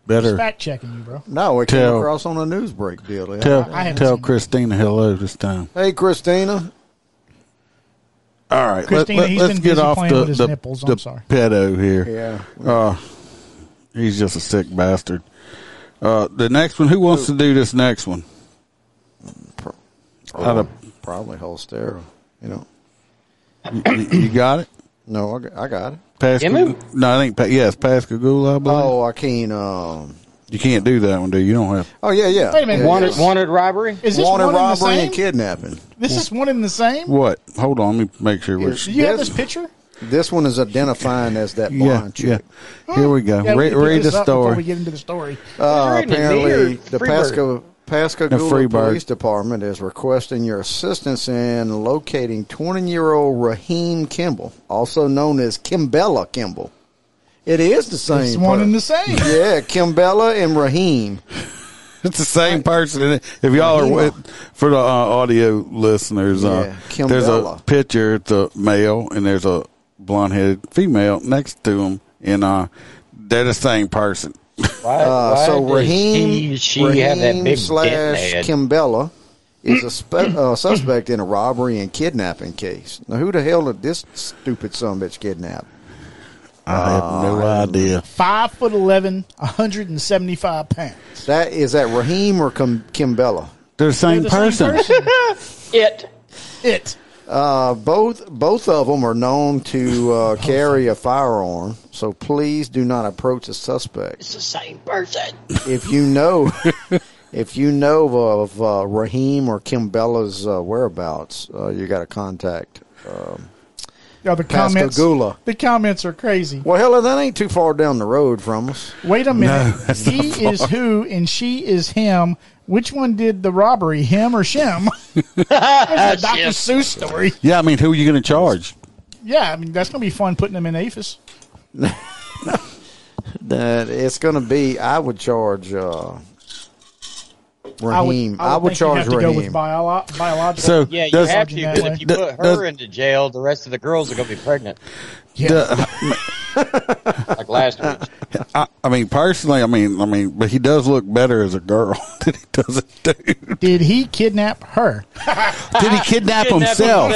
Better fact checking you, bro. No, it Tell- came across on a news break deal. the other tell day. I haven't tell seen Christina hello this time. Hey, Christina. All right, Christina, let, he's us been get busy off playing the, with his the, nipples, the I'm sorry. pedo here. Yeah. Uh, he's just a sick bastard. Uh, the next one, who wants to do this next one? Out of- probably Holstera. You know, you, you- you got it? No, I got, I got it. Pascal, no, I think, Pa- yes, Pascagoula, I believe. Oh, I can't. Um, you can't do that one, do you? You don't have. Oh yeah, yeah. Wait a minute. Wanted, Yes. wanted robbery? Is this Wanted one in the robbery same? and kidnapping. This is one in the same. What? Hold on, let me make sure we're. Do you have this picture? This one is identifying as that Yeah, blonde chick. yeah. Here we go. Yeah, we read can pick read this the up before story. we get into the story. Uh, Reading it, apparently, read it. the Freebird. Pasco, Pascagoula Freebird. Police Department is requesting your assistance in locating 20-year-old Raheem Kimball, also known as Kimbella Kimball. It is the same. It's one per- and the same. Yeah, Kimbella and Raheem. *laughs* It's the same person. isn't it? If y'all are with, for the uh, audio listeners, uh, Yeah, there's a Kimbella. picture. It's a male, and there's a blonde-headed female next to him, and uh, they're the same person. Why, Uh, why so does Raheem, he, she Raheem have that big slash dick, man? Kimbella is a spe- uh, suspect in a robbery and kidnapping case. Now, who the hell did this stupid son bitch kidnap? Uh, I have no idea. Five foot eleven, hundred and seventy five pounds. That is that Raheem or Kim- Kimbella? They're the same person. *laughs* it. It. Uh, both both of them are known *laughs* to uh, carry a firearm, so please do not approach the suspect. It's the same person. If you *laughs* know, if you know of uh, Raheem or Kimbella's uh, whereabouts, uh, you got to contact. Um, Yeah, the comments. Pascagoula. The comments are crazy. well, hell, that ain't too far down the road from us. Wait a No, minute. *laughs* that's not he far. is who and she is him. Which one did the robbery, him or *laughs* Shem? *laughs* *laughs* That's a Dr. Seuss story. Yeah, I mean, who are you going to *laughs* charge? Yeah, I mean that's gonna be fun putting them in APHIS. That it's going to be. I would charge uh, Raheem. I would, think charge you have to Raheem. go with biolo- biological. So, Yeah, you Does- have to. 'cause does- If you put her does- into jail, the rest of the girls are going to be pregnant. *laughs* Duh. Like *laughs* last week. I, I mean, personally, I mean, I mean, but he does look better as a girl *laughs* than he does a dude. Did he kidnap her? Did he kidnap himself?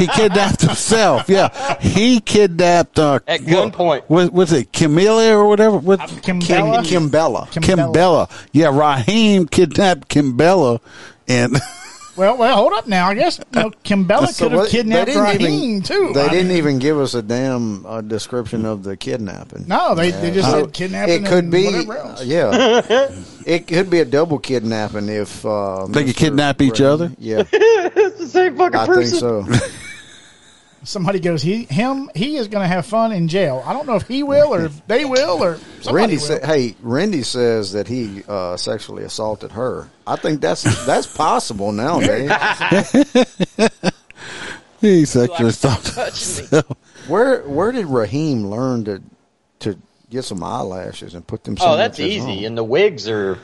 he kidnapped himself. Yeah, he kidnapped uh, at gunpoint. Was, was it Camelia or whatever? What, Kimbella? Kim- Kimbella. Kimbella. Yeah, Raheem kidnapped Kimbella, and *laughs* Well, well, hold up now. I guess you know, Kimbella So could have what- they kidnapped didn't even- Raheem too. They I didn't mean, even give us a damn uh, description of the kidnapping. No, they- they just said So kidnapping It could and be, uh, whatever else. yeah. it could be a double kidnapping if uh, they could Mr. kidnap each Ray- other. Yeah, it's the same fucking I think person. so. Somebody goes, he, him, he is going to have fun in jail. I don't know if he will or if they will or *laughs* somebody Randy will. sa- "Hey, Randy says that he uh, sexually assaulted her. I think that's that's *laughs* possible nowadays. He sexually *laughs* stopped himself. where where did Raheem learn to to get some eyelashes and put them? Oh, that's sandwiches easy. on? And the wigs are.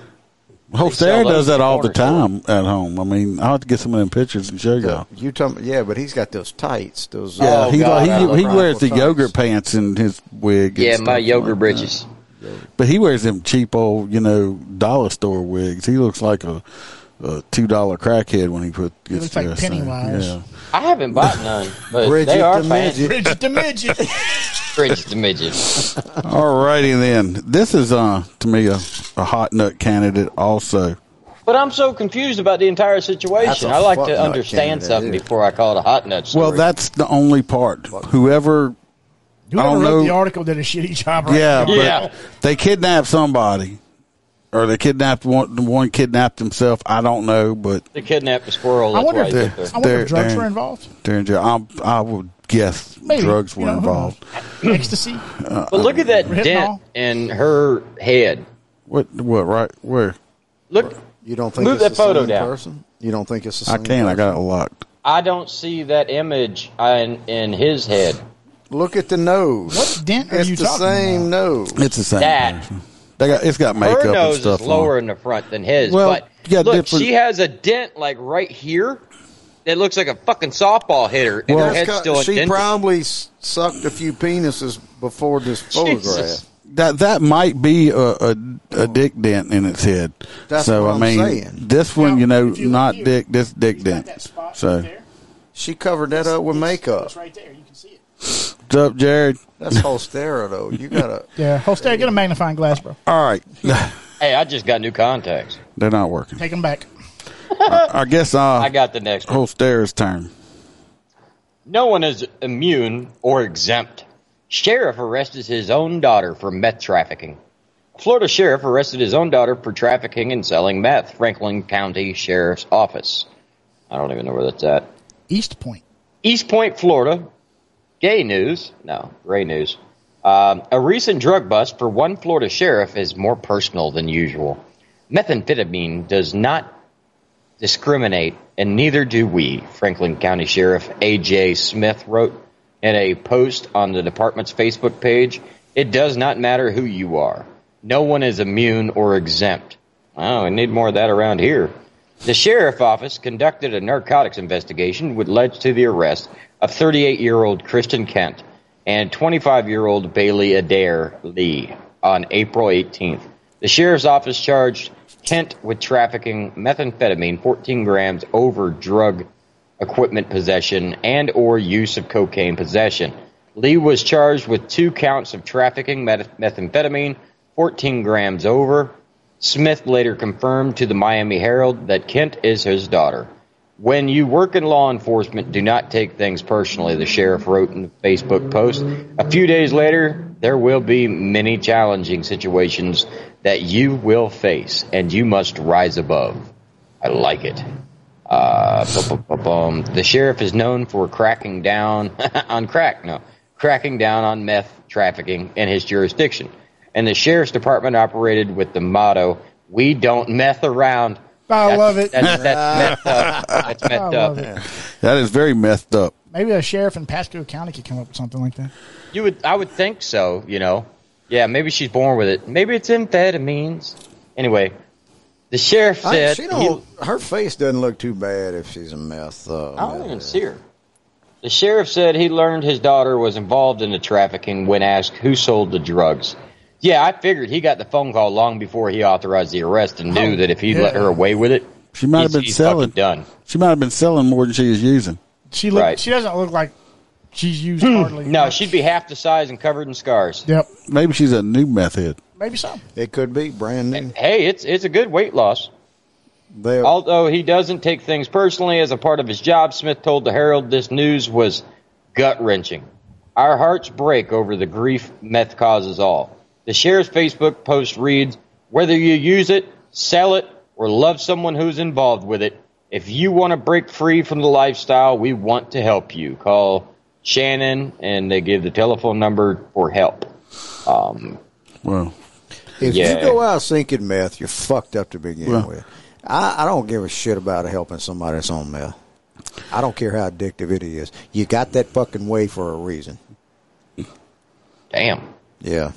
Holster sell those does that all the at the time at home. I mean, I'll have to get some of them pictures and show y'all. You talking? Yeah, but he's got those tights. Those Yeah, Oh, Oh, uh, he God, I he, love he wears the Rockwell tights. yogurt pants and his wig. and Yeah, stuff my like yogurt that. bridges. But he wears them cheap old, you know, dollar store wigs. He looks like a, a two dollar crackhead when he put. He looks like dressed in. Pennywise. Yeah. I haven't bought none, but Bridget they are the fans. midget. Bridget the midget. *laughs* Bridget the midget. All righty then. This is uh to me a, a hot nut candidate also. But I'm so confused about the entire situation. That's a I like fuck to nut understand candidate, something yeah. before I call it a hot nut story. Well, that's the only part. Whoever I Whoever don't wrote know. the article did a shitty job right yeah, now. but they kidnapped somebody, or they kidnapped one. One kidnapped himself. I don't know, but They kidnapped the squirrel. I That's wonder why if- he took I the- wonder if drugs were involved. They're in jail. I'm- I, would guess Maybe. drugs You were know, who involved. Ecstasy. Uh, But look at that We're hitting all. dent in her head. What? What? Right? Where? Look, You don't think Move it's that the photo same down. person? You don't think it's the I same? can. I got it locked. I don't see that image in, in his head. Look at the nose. What dent are it's you the talking same nose. It's the same. That. person. They got. It's got makeup her nose and stuff. is lower on. in the front than his. Well, but you got look, different- she has a dent like right here. That looks like a fucking softball hitter, and her Well, head's still she indented. probably s- sucked a few penises before this photograph. *laughs* Jesus. That that might be a, a, Oh. a dick dent in its head. That's so what I I'm mean, saying. this one, you know, not dick. This dick dent. So She covered that up with makeup. It's right there. You can see it. What's up, Jared? *laughs* That's Holstera, though. You gotta. Yeah, Holster, get a magnifying glass, bro. *laughs* All right, Hey, I just got new contacts. they're not working. Take them back. I, I guess uh, I got the next whole stairs turn. No one is immune or exempt. Sheriff arrested his own daughter for meth trafficking. Florida sheriff arrested his own daughter for trafficking and selling meth. Franklin County Sheriff's Office. I don't even know where that's at. East Point. East Point, Florida. Gay news. No, gray news. Um, a recent drug bust for one Florida sheriff is more personal than usual. Methamphetamine does not discriminate, and neither do we, Franklin County Sheriff A.J. Smith wrote in a post on the department's Facebook page. It does not matter who you are. No one is immune or exempt. Oh, we need more of that around here. The sheriff office conducted a narcotics investigation which led to the arrest of 38 year old Kristen Kent and 25 year old Bailey Adair Lee on April 18th. The sheriff's office charged Kent with trafficking methamphetamine 14 grams over drug equipment possession and or use of cocaine possession. Lee was charged with two counts of trafficking meth- methamphetamine 14 grams over. Smith later confirmed to the Miami Herald that Kent is his daughter. When you work in law enforcement, do not take things personally, the sheriff wrote in the Facebook post. A few days later, there will be many challenging situations that you will face, and you must rise above. I like it. Uh, bu- bu- bu- bum. the sheriff is known for cracking down *laughs* on crack, no, cracking down on meth trafficking in his jurisdiction. And the sheriff's department operated with the motto, "We don't meth around." I love it. That's, *laughs* that's meth up. That's I meth love up. it. That is very messed up. Maybe a sheriff in Pasco County could come up with something like that. You would, I would think so. You know, yeah, maybe she's born with it. Maybe it's amphetamines. Anyway, the sheriff I, said she he- don't. her face doesn't look too bad if she's a meth. Uh, I don't even see her. The sheriff said he learned his daughter was involved in the trafficking when asked who sold the drugs. Yeah, I figured he got the phone call long before he authorized the arrest and Oh, knew that if he let her away with it, She might have he's- been he's fucking selling. Done. She might have been selling more than she is using. She look, She doesn't look like she's *clears throat* used hardly. No, she'd be half the size and covered in scars. Yep. Maybe she's a new meth head. Maybe so. It could be brand new. Hey, it's it's a good weight loss. They, Although he doesn't take things personally as a part of his job, Smith told the Herald this news was gut wrenching. Our hearts break over the grief meth causes all. The sheriff's Facebook post reads Whether you use it, sell it, or love someone who's involved with it, if you want to break free from the lifestyle, we want to help you. Call Shannon, and they give the telephone number for help. Um, Well, If Yeah. you go out thinking meth, you're fucked up to begin Well- with. I, I don't give a shit about helping somebody that's on meth. I don't care how addictive it is. You got that fucking way for a reason. Damn. Yeah.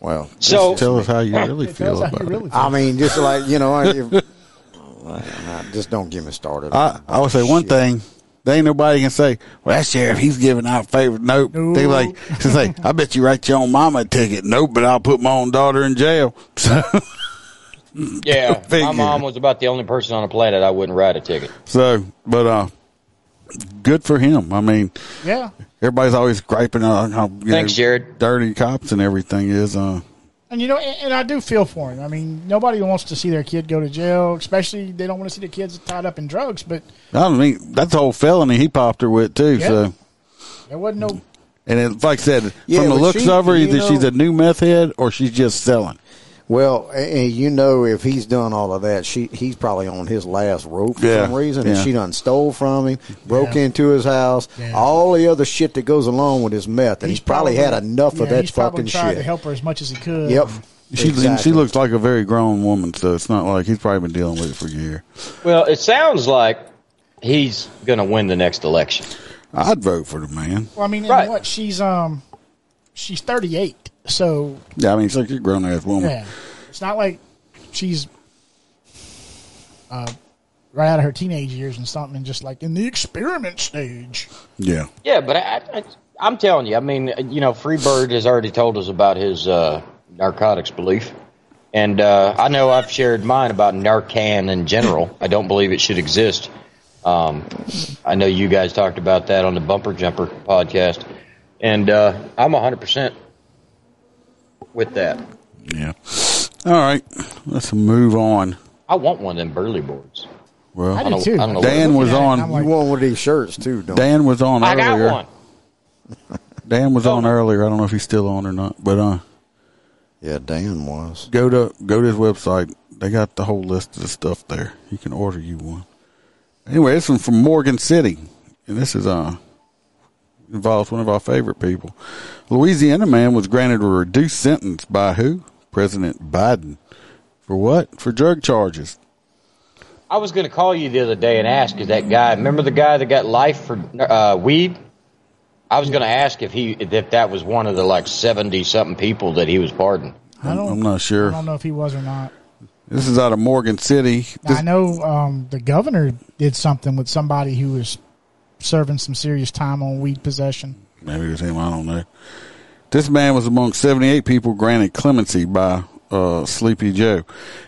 Well, So- Just tell us *laughs* how you really Tell feel us how you about it. really I mean, just like you know, if- I- I- just don't get me started. I, I would say one thing. There ain't nobody can say, well, that sheriff, he's giving out favor. Nope. They were like, she's like, I bet you write your own mama a ticket. Nope, but I'll put my own daughter in jail. *laughs* So, yeah, my *laughs* Figure. mom was about the only person on the planet I wouldn't write a ticket. so, but, uh, good for him. I mean, Yeah. everybody's always griping on how you Thanks, Jared. dirty cops and everything is. Uh, And you know, and, and I do feel for him. I mean, nobody wants to see their kid go to jail, especially they don't want to see the kids tied up in drugs. But I don't mean, that's the whole felony he popped her with, too. Yeah. So, there wasn't no. and it, like I said, Yeah, from the but looks she- of her, you either know- she's a new meth head or she's just selling. Well, a- and you know, if he's done all of that, she he's probably on his last rope for Yeah, some reason, and yeah. she done stole from him, broke Yeah. into his house, Yeah. all the other shit that goes along with his meth, and he's, probably, had enough yeah, of that he's probably fucking tried to shit. help her as much as he could. Yep. She and Exactly. she looks like a very grown woman, so it's not like he's probably been dealing with it for a year. Well, it sounds like he's going to win the next election. I'd vote for the man. Well, I mean, and what she's um, she's thirty eight, so Yeah, I mean, she's like a grown ass woman. yeah, it's not like she's uh, right out of her teenage years and something, and just like in the experiment stage. Yeah. Yeah, but I, I, I'm telling you, I mean, you know, Freebird has already told us about his uh, narcotics belief. And uh, I know I've shared mine about Narcan in general. I don't believe it should exist. Um, I know you guys talked about that on the Bumper Jumper podcast, and uh, I'm 100% with that. Yeah. All right. Let's move on. I want one of them burly boards. Well, I do too. Dan was on. you want one of these shirts too, don't Dan was on I got earlier. one. Dan was Oh. on earlier. I don't know if he's still on or not, but uh, yeah, Dan was. Go to go to his website. They got the whole list of the stuff there. You can order you one. Anyway, this one from Morgan City, and this is uh involves one of our favorite people. Louisiana man was granted a reduced sentence by who? President Biden. For what? For drug charges. I was going to call you the other day and ask is that guy remember the guy that got life for uh, weed? I was going to ask if he if that was one of the like seventy something people that he was pardoned. I don't. I'm not I sure. don't know if he was or not. This is out of Morgan City. Now, I know um, the governor did something with somebody who was serving some serious time on weed possession. Maybe it was him. I don't know. This man was among 78 people granted clemency by uh, Sleepy Joe.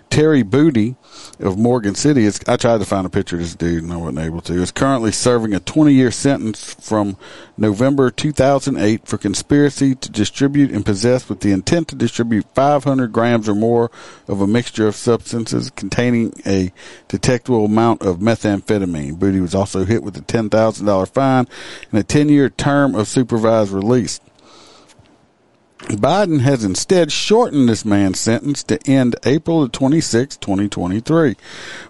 Terry Booty of Morgan City is. I tried to find a picture of this dude and I wasn't able to. Is currently serving a 20 year sentence from November 2008 for conspiracy to distribute and possess with the intent to distribute 500 grams or more of a mixture of substances containing a detectable amount of methamphetamine. Booty was also hit with a $10,000 fine and a 10 year term of supervised release. Biden has instead shortened this man's sentence to end April the 26, 2023,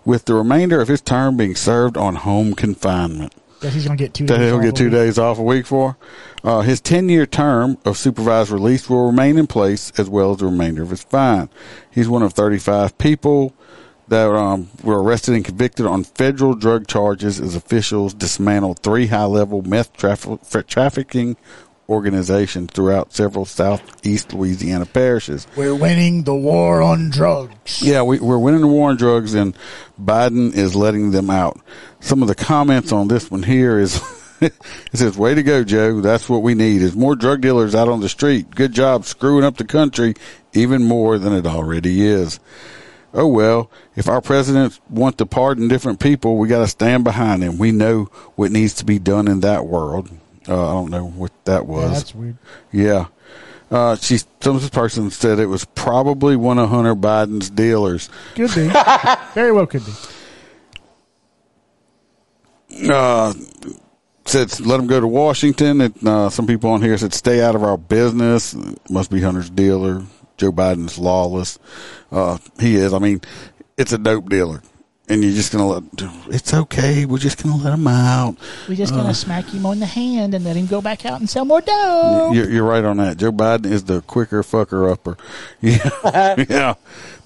with the remainder of his term being served on home confinement. Guess he's going to get two. That days he'll off get a two week. days off a week for. Uh, his 10 year term of supervised release will remain in place as well as the remainder of his fine. He's one of 35 people that um, were arrested and convicted on federal drug charges as officials dismantled three high level meth traff- tra- trafficking organizations throughout several southeast Louisiana parishes. We're winning the war on drugs. Yeah, we, we're winning the war on drugs, and Biden is letting them out. Some of the comments on this one here is *laughs* it says, "Way to go, Joe. That's what we need is more drug dealers out on the street. Good job screwing up the country even more than it already is." Oh well, if our presidents want to pardon different people, we got to stand behind them. We know what needs to be done in that world. Uh, I don't know what that was. that's weird. Yeah. Uh, she, some person said it was probably one of Hunter Biden's dealers. *laughs* Could be. Very well could be. Uh, said let him go to Washington. And, uh, some people on here said stay out of our business. Must be Hunter's dealer. Joe Biden's lawless. Uh, he is. I mean, it's a dope dealer, and you're just gonna let. It's okay. We're just gonna let him *laughs* out. We're just going to Uh, smack him on the hand and let him go back out and sell more dough. You're, you're right on that. Joe Biden is the quicker fucker upper. *laughs* *laughs* Yeah, yeah.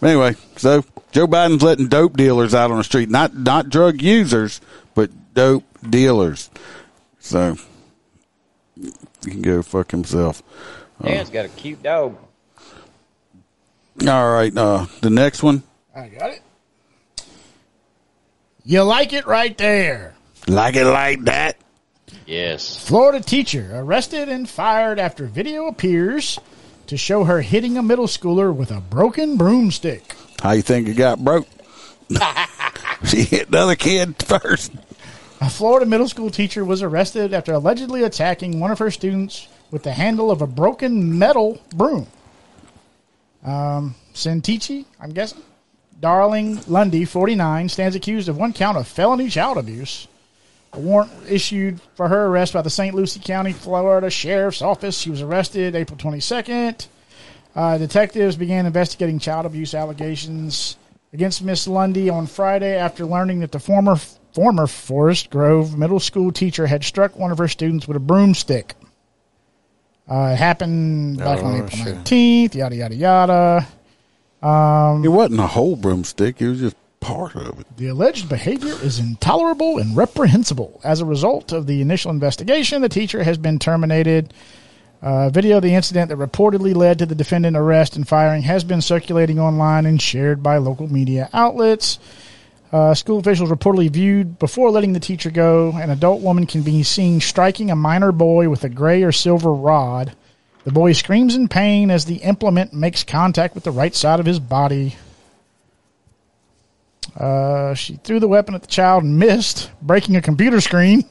Anyway, so Joe Biden's letting dope dealers out on the street, not not drug users, but dope dealers. So he can go fuck himself. Uh, Dan's got a cute dog. all right, uh, the next one, I got it. You like it right there. like it like that. Yes. Florida teacher arrested and fired after video appears to show her hitting a middle schooler with a broken broomstick. How you think it got *laughs* broke? she hit another kid first. A Florida middle school teacher was arrested after allegedly attacking one of her students with the handle of a broken metal broom. Um, Sentici, I'm guessing. Darling Lundy, 49, stands accused of one count of felony child abuse. A warrant issued for her arrest by the St. Lucie County, Florida Sheriff's Office. She was arrested April 22nd. Uh, detectives began investigating child abuse allegations against Miss Lundy on Friday after learning that the former former Forest Grove middle school teacher had struck one of her students with a broomstick. Uh, it happened back on Oh, April shit. 19th. Yada yada yada. Um, It wasn't a whole broomstick; it was just part of it. the alleged behavior is intolerable and reprehensible. As a result of the initial investigation, the teacher has been terminated. Uh, video of the incident that reportedly led to the defendant arrest and firing has been circulating online and shared by local media outlets. Uh, school officials reportedly viewed before letting the teacher go. An adult woman can be seen striking a minor boy with a gray or silver rod. The boy screams in pain as the implement makes contact with the right side of his body. Uh, she threw the weapon at the child and missed, breaking a computer screen.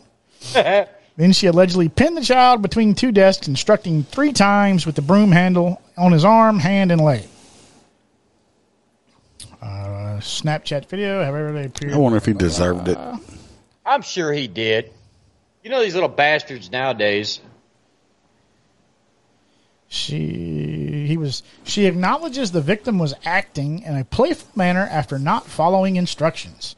then she allegedly pinned the child between two desks, instructing three times with the broom handle on his arm, hand, and leg. Uh, Snapchat video, however they appear. I wonder if he deserved it. Uh, I'm sure he did. You know these little *laughs* bastards nowadays. She he was she acknowledges the victim was acting in a playful manner after not following instructions.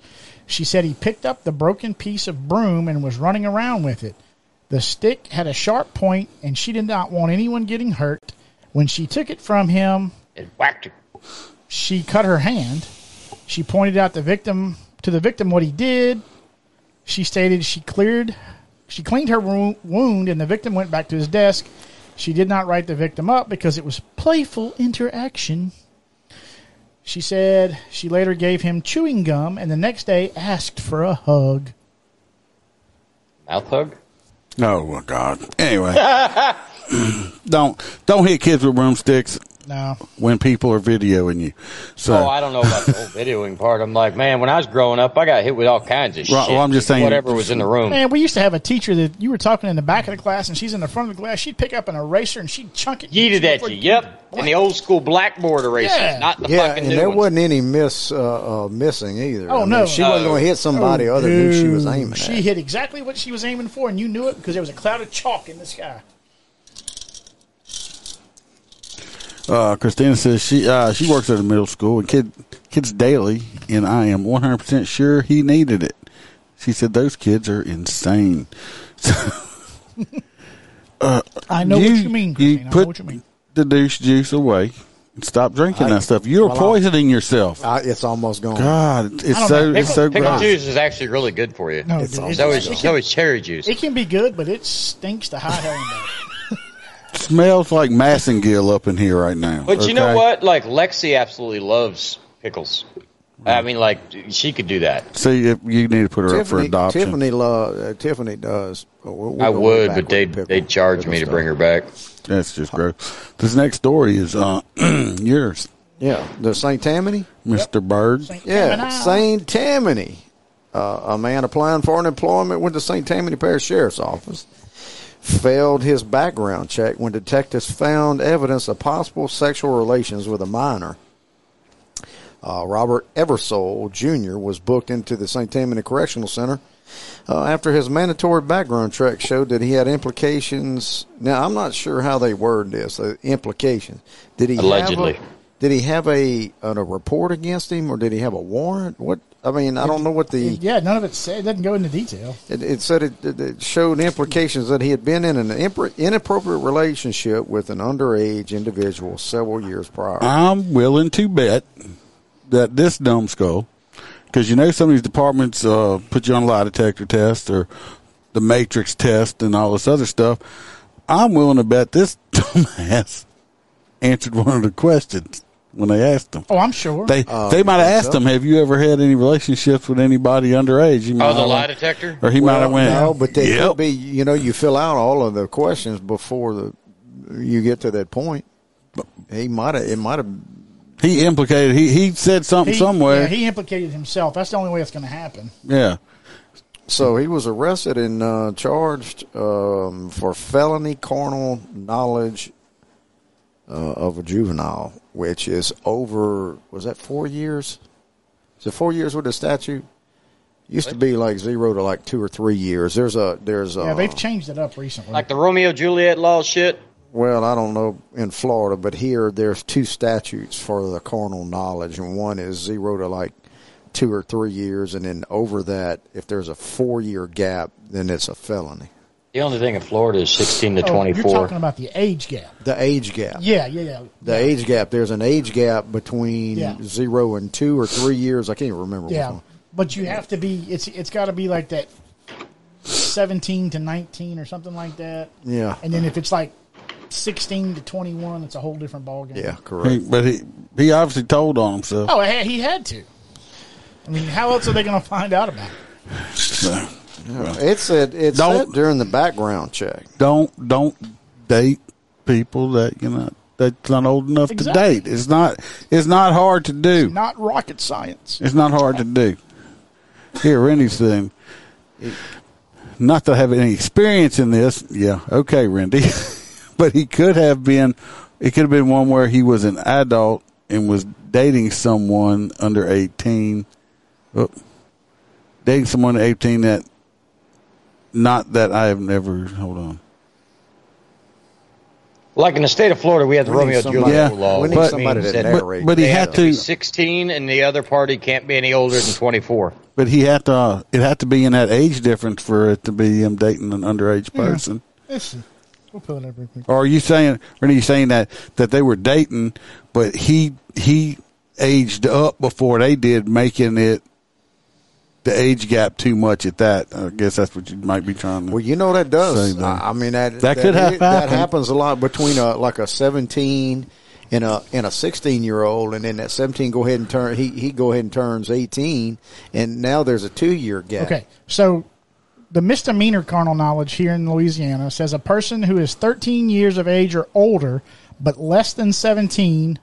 She said he picked up the broken piece of broom and was running around with it. The stick had a sharp point and she did not want anyone getting hurt. When she took it from him, it whacked her. She cut her hand. She pointed out the victim to the victim what he did. She stated she cleared she cleaned her wo- wound and the victim went back to his desk. She did not write the victim up because it was playful interaction. She said she later gave him chewing gum and the next day asked for a hug. Mouth hug? Oh my God! Anyway, *clears throat* Oh, don't don't hit kids with broomsticks No. when people are videoing you. So oh, I don't know about the whole videoing part. I'm like, man, when I was growing up, I got hit with all kinds of Right, shit. well, I'm just saying- whatever was in the room. Man, we used to have a teacher that you were talking in the back of the class and she's in the front of the class. She'd pick up an eraser and she'd chunk it. Yeeted at you. Yep. In the old school blackboard erasers, Yeah. not the yeah, fucking and new there ones. wasn't any miss uh, uh, missing either. Oh, I mean, no. she wasn't No. going to hit somebody Oh, other than who she was dude. aiming at. She hit exactly what she was aiming for, and you knew it because there was a cloud of chalk in the sky. Uh, Christina says she uh, she works at a middle school and kid kids daily, and I am one hundred percent sure he needed it. She said those kids are insane. *laughs* uh, I know what you mean, Christina. I know put what you mean. the douche juice away and stop drinking I- that stuff. You're well, I- poisoning yourself. I, it's almost gone. God, it's- I don't it's so know. it's so Pickle gross. juice is actually really good for you. No, It's dude, awesome. so it's- is so is cherry juice. It can be good, but it stinks to high hell and back. smells like massengill up in here right now. But you know okay? what? Like Lexi absolutely loves pickles. I mean, like she could do that. See, if you need to put her up for Tiffany, adoption. Tiffany, lo- uh, Tiffany does. Uh, we- we I go would, back but with they pickle- they charge pickle me to stuff. bring her back. That's just gross. This next story is uh, *clears throat* yours, Yeah, the St. Tammany. Mister Bird. Yeah, Tammany. St. Tammany. Uh, a man applying for unemployment with the St. Tammany Parish Sheriff's Office failed his background check when detectives found evidence of possible sexual relations with a minor. Uh, Robert Eversole Jr. was booked into the St. Tammany Correctional Center uh, after his mandatory background check showed that he had implications. Now, I'm not sure how they word this. Uh, implications. Did he have a- Allegedly. did he have a an, a report against him, or did he have a warrant? What I mean, I don't know what the Yeah, none of it said. It doesn't go into detail. it, it said. It, it- it showed implications that he had been in an impro- inappropriate relationship with an underage individual several years prior. I'm willing to bet that this numbskull, because you know some of these departments uh, put you on lie detector test or the matrix test and all this other stuff. I'm willing to bet this *laughs* dumbass answered one of the questions when they asked him. Oh, I'm sure. They Oh, they you might have think asked so? him, "Have you ever had any relationships with anybody underage?" He might Oh, the have- lie detector. or he might have went. No, but they "Yep." could be. You know, you fill out all of the questions before the you get to that point. He might have. It might have. He implicated. He he said something He- somewhere. yeah, Yeah, he implicated himself. That's the only way it's going to happen. So he was arrested and uh, charged um, for felony carnal knowledge uh, of a juvenile, which is over. Was that four years? Is it four years with the statute? Used to be like zero to like two or three years. There's a there's a yeah, they've changed it up recently. Like the Romeo Juliet law shit. Well, I don't know in Florida, but here there's two statutes for the carnal knowledge, and one is zero to like two or three years, and then over that, if there's a four year gap, then it's a felony. The only thing in Florida is 16 to Oh, you're 24. talking about the age gap. The age gap. Yeah, yeah, yeah. The age gap. There's an age gap between Yeah. zero and two or three years. I can't even remember. which Yeah, one. but you have to be. It's it's got to be like that, seventeen to nineteen or something like that. Yeah. And then if it's like sixteen to twenty one, it's a whole different ballgame. Yeah. He- Correct. but he he obviously told on himself. Oh, he he had to. I mean, how else are they going to find out about it? So, It said it Don't- said during the background check. don't don't date people that you're not that's not old enough Exactly. to date. It's not. It's not hard to do. Not rocket science. It's not hard to do. Here, anything. Not to have any experience in this. Yeah, okay, Randy. *laughs* but he could have been. It could have been one where he was an adult and was dating someone under eighteen. Oh, dating someone under eighteen that. Not that I have never. Hold on. Like in the state of Florida, we have the We need Romeo somebody- Juliet Yeah, law. we need which somebody means to that narrate. But he they had have be to- 16, and the other party can't be any older than 24. But he had to. uh, it had to be in that age difference for it to be him dating an underage Yeah. person. Listen, we'll pull it up real quick. Or are you saying, or are you saying that that they were dating, but he he aged up before they did, making it the age gap too much at that? I guess that's what you might be trying to. Well, you know that does. Say that. I I mean that That could have it- that happened. happens a lot between a like a seventeen and a and a sixteen year old, and then that seventeen go ahead and turn he he go ahead and turns eighteen, and now there's a two year gap. Okay, so the misdemeanor carnal knowledge here in Louisiana says a person who is 13 years of age or older, but less than 17,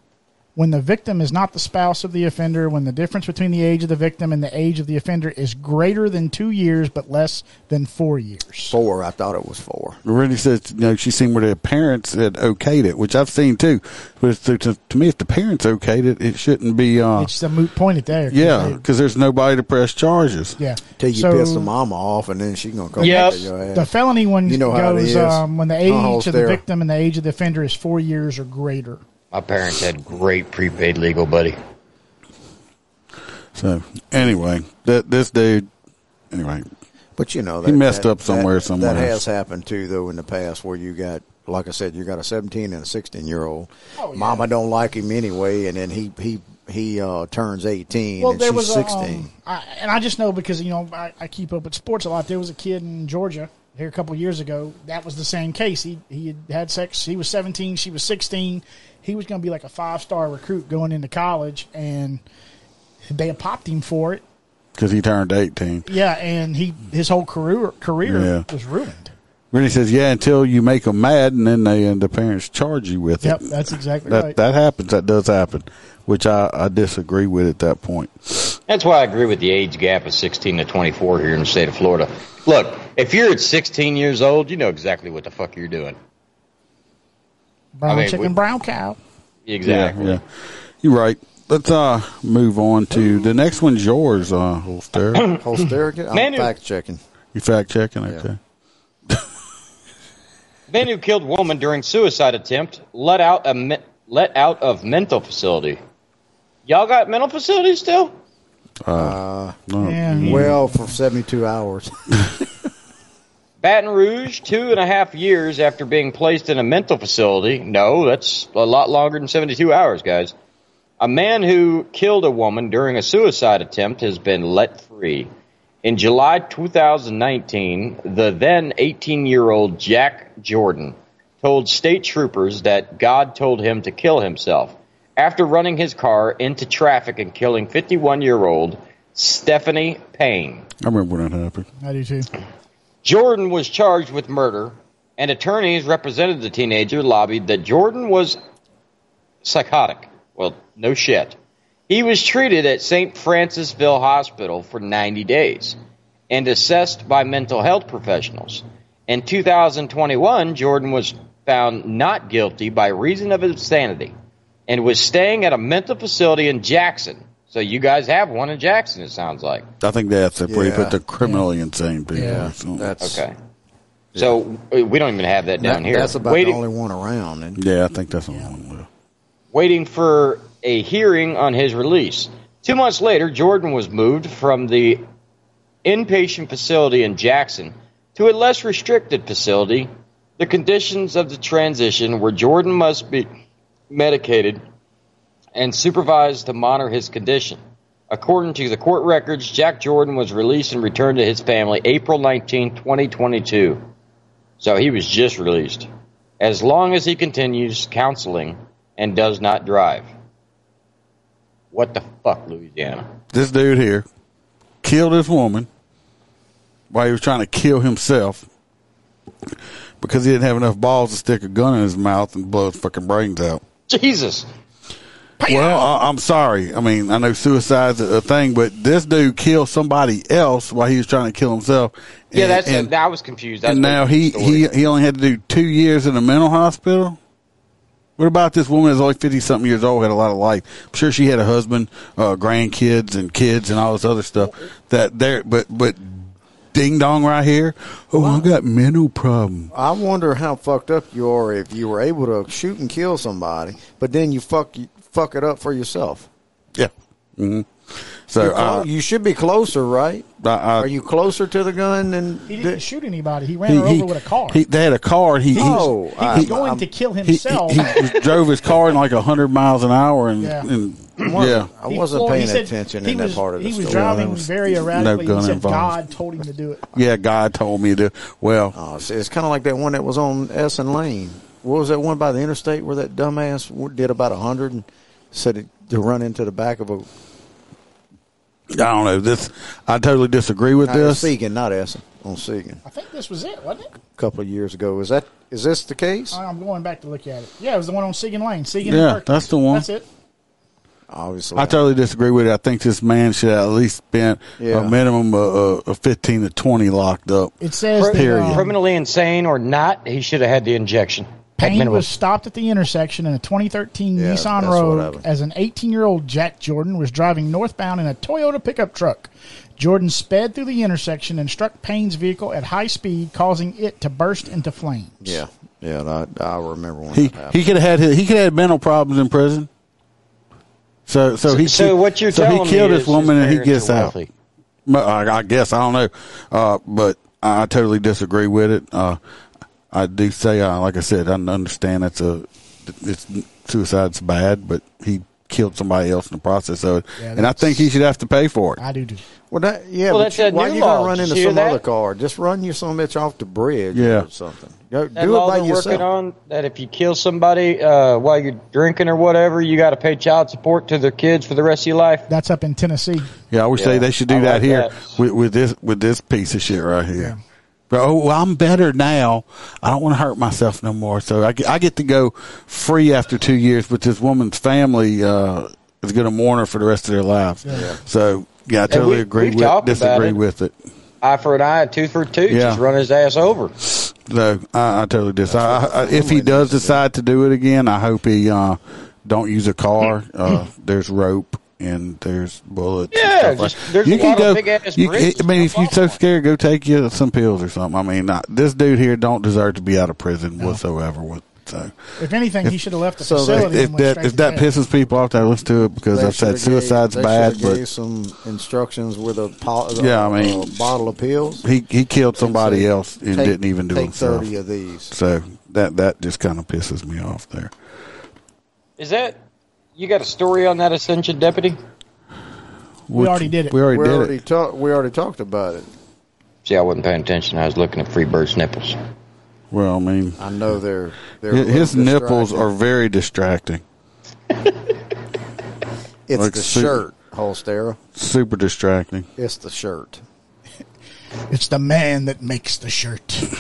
when the victim is not the spouse of the offender, when the difference between the age of the victim and the age of the offender is greater than two years, but less than four years. Four, I thought it was four. Randy says, you know, she's seen where the parents had okayed it, which I've seen too. But it's- to, to, to me, if the parents okayed it, it shouldn't be. Uh, It's a moot point at there. yeah, because there's nobody to press charges. Yeah. Till you So- piss the mama off, and then she's gonna come Yep. after your ass. The felony one You know how it goes is. um, when the age Oh, of the Sarah. victim and the age of the offender is four years or greater. My parents had great prepaid legal, buddy. So anyway, that this dude, anyway, But you know, he messed up somewhere. That, somewhere that has happened too, though, in the past where you got, like I said, you got a 17 and a 16 year old. Oh, Mama don't like him anyway, and then he he he uh, turns 18 and she's Uh, 16. um, I, and I just know because you know I, I keep up with sports a lot. There was a kid in Georgia here a couple years ago. That was the same case. He he had had sex. He was seventeen. She was sixteen. He was going to be like a five star recruit going into college, and they had popped him for it. because he turned eighteen. Yeah, and he his whole career career Yeah. was ruined. Rennie says, "Yeah, until you make them mad, and then they and the parents charge you with Yep, it. that's exactly that right. that happens. That does happen, which I, I disagree with at that point. That's why I agree with the age gap of 16 to 24 here in the state of Florida. Look, if you're at 16 years old, you know exactly what the fuck you're doing. Brown I mean, chicken, we- brown cow. Exactly. Yeah, yeah. you're right. Let's uh move on to the next one's yours, uh, *coughs* Holster. Holster, I'm Man who- fact checking. you fact checking? Okay. Man who killed woman during suicide attempt let out a me- let out of mental facility. Y'all got mental facilities still? Uh, Yeah. Well, for 72 hours. Baton Rouge, two and a half years after being placed in a mental facility. No, that's a lot longer than 72 hours, guys. A man who killed a woman during a suicide attempt has been let free. In July 2019, the then 18 year old Jack Jordan told state troopers that God told him to kill himself after running his car into traffic and killing 51 year old Stephanie Payne. I remember when that happened. I do too. Jordan was charged with murder, and attorneys represented the teenager lobbied that Jordan was psychotic. Well, no shit. He was treated at St. Francisville Hospital for 90 days and assessed by mental health professionals. In 2021, Jordan was found not guilty by reason of insanity and was staying at a mental facility in Jackson. So you guys have one in Jackson, it sounds like. I think that's a pretty Yeah. put the criminally insane people. Yeah, So- okay. So uh, we don't even have that down That- here. That's about waiting, the only one around. And Yeah, I think that's the one. waiting for a hearing on his release. Two months later, Jordan was moved from the inpatient facility in Jackson to a less restricted facility. The conditions of the transition were Jordan must be medicated and supervised to monitor his condition. According to the court records, Jack Jordan was released and returned to his family April 19, 2022. So he was just released. As long as he continues counseling and does not drive. What the fuck, Louisiana? this dude here killed this woman while he was trying to kill himself. because he didn't have enough balls to stick a gun in his mouth and blow his fucking brains out. Jesus. Well, I, I'm sorry. I mean, I know suicide's a a thing, but this dude killed somebody else while he was trying to kill himself. Yeah, And- that's. and- I was confused. That's and what- now he, he he only had to do two years in a mental hospital. What about this woman that's only fifty something years old? Had a lot of life. I'm sure she had a husband, uh, grandkids, and kids, and all this other stuff. That there, but but ding dong right here. Oh, I got mental problem. I wonder how fucked up you are if you were able to shoot and kill somebody, but then you fuck fuck it up for yourself. Yeah. hmm So You're clo- uh, you should be closer, right? I, I, Are you closer to the gun than He didn't shoot anybody. He ran her over with a car. He, they had a car. and He, Oh, he, he was going to kill he- himself. He, he *laughs* drove his car in like hundred miles an hour, and Yeah. and Wasn't- yeah, I He wasn't flew- he paying said attention he in that was- part of the he was story. driving There was very erratically. He said God told him to do it. Yeah, God told me to. Well, oh, it's, it's kind of like that one that was on S and Lane. What was that one by the interstate where that dumbass w- did about a hundred and said it, to run into the back of a I don't know this. I totally disagree with Uh, this. Segan, not S on Segan. I think this was it, wasn't it? A couple of years ago, is that is this the case? I'm going back to look at it. Yeah, it was the one on Segan Lane. Segan. and Yeah, Perkins. that's the one. That's it. Obviously, I totally disagree with it. I think this man should at least spend Yeah. a minimum of, of fifteen to twenty locked up. It says that, period. um, criminally insane or not, he should have had the injection. At Payne minimum. was stopped at the intersection in a 2013 Nissan that's what Rogue happened. as an 18-year-old Jack Jordan was driving northbound in a Toyota pickup truck. Jordan sped through the intersection and struck Payne's vehicle at high speed, causing it to burst into flame. Yeah, yeah, that- I remember when He that happened. he could have had his- he could have had mental problems in prison. So so he So ki- what you're so telling he me killed is this woman his and he parents gets are out. But I, I guess I don't know, uh, but I totally disagree with it. Uh, I do say, uh, like I said, I understand that's a it's suicide's bad, but he killed somebody else in the process of it, Yeah, and I think he should have to pay for it. I do do. Well, that, yeah, Well, but that's you, that why new you law. gonna run Did into you hear some that? other car? Just run your son of a bitch off the bridge Yeah. or something. Go, That do it law by they're working yourself. on that if you kill somebody uh, while you're drinking or whatever, you got to pay child support to their kids for the rest of your life. That's up in Tennessee. Yeah, I wish Yeah, they, they should do I that like here that. With, with this with this piece of shit right here. But, oh, well, I'm better now. I don't want to hurt myself no more. So I get, I get to go free after two years, but this woman's family uh, is going to mourn her for the rest of their lives. Yeah. So yeah, I And totally we- agree we've with talked about disagree it. with it. Eye for an eye, tooth for a tooth. Yeah. Just run his ass over. No, I, I totally dis. I, I, if he does decide to do it again, I hope he uh, don't use a car. Uh, there's rope and there's bullets. and Yeah, stuff like- just- there's a lot of big-ass you- bricks I mean, if you're so scared, go take you some pills or something. I mean, not, this dude here don't deserve to be out of prison whatsoever. With so. If anything, he should have left the So facility. if and went that straight if to that jail. pisses people off, then let's do it because They I've said shoulda gave- suicide's they bad, shoulda but gave some instructions with a, po- Yeah, yeah, I mean, bottle of pills. he he killed somebody say, else and "Take- didn't even do take himself. 30 of these. So that that just kind of pisses me off there. Is that you got a story on that ascension deputy? We already did it. we already we did already Talk, we already talked about it. See, I wasn't paying attention. I was looking at Freebird's nipples. Uh. Well, I mean, I know they're, they're his, a little nipples distracting. are very distracting. It's like the su- shirt, Holstera. Super distracting. It's the shirt. It's the man that makes the shirt. Is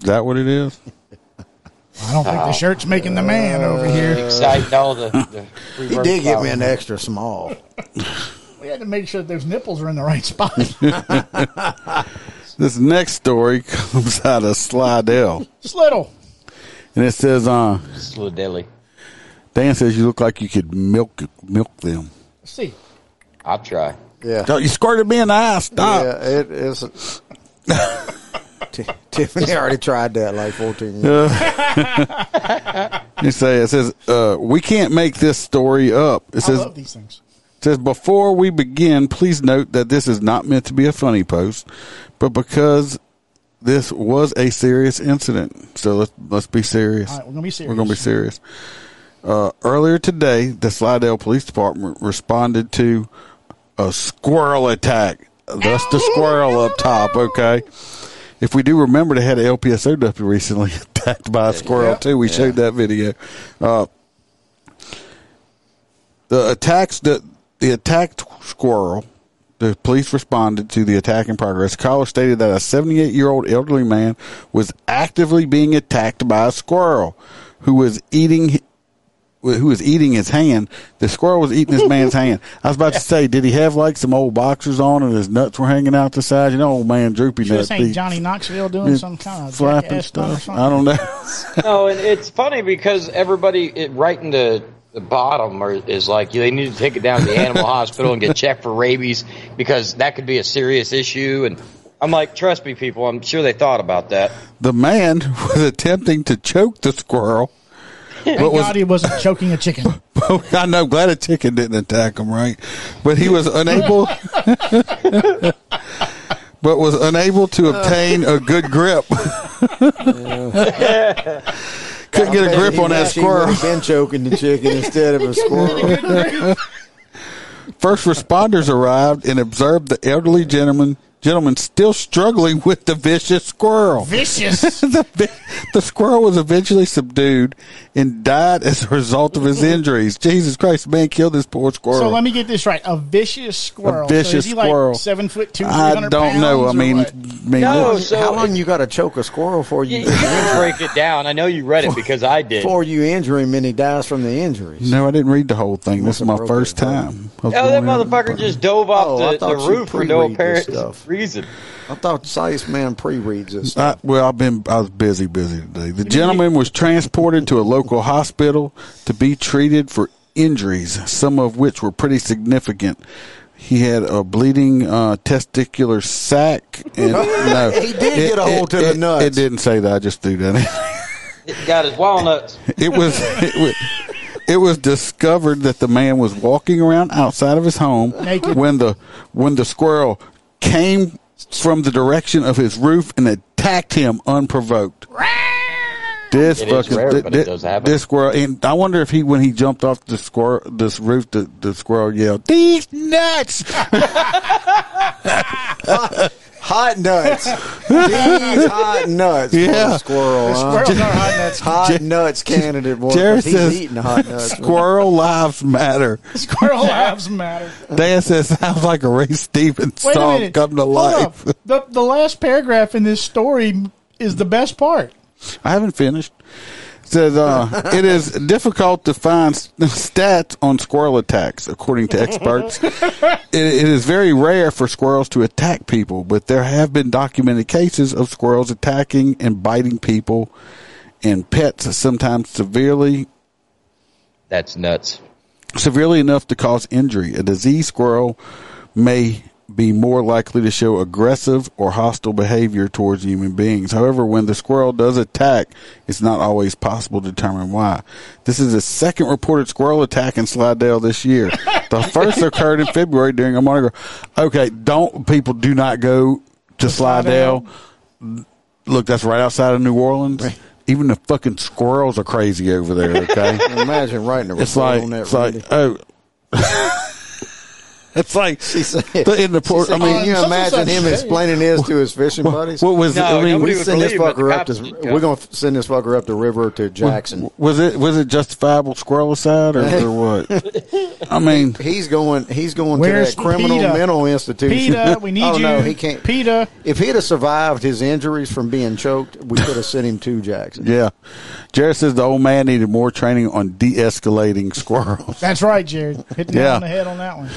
that what it is? I don't Ah. think the shirt's making the man over here. Uh. Excited all the. the He did get me an extra small. We had to make sure that those nipples are in the right spot. *laughs* *laughs* this next story comes out of *laughs* Slidell, Slittle. and it says, "Uh, Slidell. Dan says you look like you could milk milk them." Let's see. *laughs* I'll try. Yeah. Don't- You squirted me in the eye. Stop. Yeah, it is. *laughs* T- Tiffany already tried that like *laughs* 14 years ago. Uh, you say it says uh, we can't make this story up. It says these things. It says before we begin, please note that this is not meant to be a funny post, but because this was a serious incident, so let's let's be serious. All right, we're gonna be serious. We're gonna be serious. Uh, earlier today, the Slidell Police Department responded to a squirrel attack. That's the squirrel up top. Okay. If we do remember, they had an LPSO deputy recently *laughs* attacked by a squirrel too. We showed that video. Uh, the attacks the the attacked squirrel, the The police responded to the attack in progress. Caller stated that a 78 year old elderly man was actively being attacked by a squirrel who was eating who was eating his hand. The squirrel was eating this *laughs* man's hand. I was about to say, did he have like some old boxers on and his nuts were hanging out the side? You know, old man droopy Sure, nuts. this ain't be Johnny Knoxville doing some kind of flapping jackass stunt or stuff. something. I don't know. *laughs* no, and it's funny because everybody it, right in the, the bottom are, is like they need to take it down to *laughs* the animal hospital and get checked for rabies because that could be a serious issue. And I'm like, trust me, people. I'm sure they thought about that. The man *laughs* was attempting to choke the squirrel. Thank but was- God he wasn't choking a chicken. *laughs* I know. Glad a chicken didn't attack him, right? But he was unable. but was unable to obtain a good grip. Couldn't get a grip on that squirrel. Been choking the chicken instead of *laughs* a squirrel. First responders arrived and observed the elderly gentleman gentleman still struggling with the vicious squirrel. Vicious. *laughs* the, vi- the squirrel was eventually subdued and died as a result *laughs* of his injuries. Jesus Christ, the man killed this poor squirrel. So let me get this right: a vicious squirrel. A so is vicious he squirrel. Like seven foot two. I 300 don't know. I pounds or mean, what? mean No, look, *laughs* so- How long you got to choke a squirrel for you Break it down. I know you read it because I did. before you injure him and he dies from the injury? no, I didn't read the whole thing. This is my first time. I Oh, was that going in- motherfucker just dove off Oh, I the, thought the you roof for no pre-read this apparent stuff. reason. I thought Science Man pre-reads this. I, well, I've been I was busy, busy today. The gentleman was transported to a local hospital to be treated for injuries, some of which were pretty significant. He had a bleeding uh, testicular sac, and *laughs* no, He did get a hold to the it- nuts. It didn't say that. I just threw that in. It got his walnuts. It was, *laughs* it was it was discovered that the man was walking around outside of his home Naked. when the when the squirrel came from the direction of his roof and attacked him unprovoked. This It is fucking rare, thi- but thi- it does happen. this squirrel and I wonder if he when he jumped off the squirrel this roof the, the squirrel yelled these *laughs* nuts Hot nuts. These hot nuts. Yeah. For the squirrel. The huh? squirrels are hot nuts. *laughs* Hot nuts candidate *laughs* boy. 'cause Jared He's says eating hot nuts. squirrel lives matter Squirrel lives matter. Dan says sounds like a Ray Stevens Wait a song minute. come to Hold life up. The the last paragraph in this story is the best part. I haven't finished. It says uh, it is difficult to find s- *laughs* stats on squirrel attacks, according to experts. it, it is very rare for squirrels to attack people, but there have been documented cases of squirrels attacking and biting people and pets, sometimes severely That's nuts. severely enough to cause injury. A diseased squirrel may be more likely to show aggressive or hostile behavior towards human beings. However, when the squirrel does attack, it's not always possible to determine why. This is the second reported squirrel attack in Slidell this year. The first occurred in February during a Mardi Gras. Okay, don't people do not go to Slidell. Look, that's right outside of New Orleans. Even the fucking squirrels are crazy over there, okay? Imagine writing a It's report like on that. it's like *laughs* oh. it's like the- in the port. I I mean, mean, can you imagine him explaining this to his fishing buddies? what was it? No, I mean, nobody we would send this believe it. fucker up. To, Cops- We're gonna f- send this fucker up the river to Jackson. was it was it justifiable squirrel aside or, or what? *laughs* I mean, He's going. He's going Where's to that criminal PETA? mental institution. *laughs* PETA, we need oh, No, you. he can't. PETA. If he'd have survived his injuries from being choked, we could have sent him to Jackson. yeah. Jared says the old man needed more training on de-escalating squirrels. *laughs* That's right, Jared. Hit the nail Yeah. on the head on that one.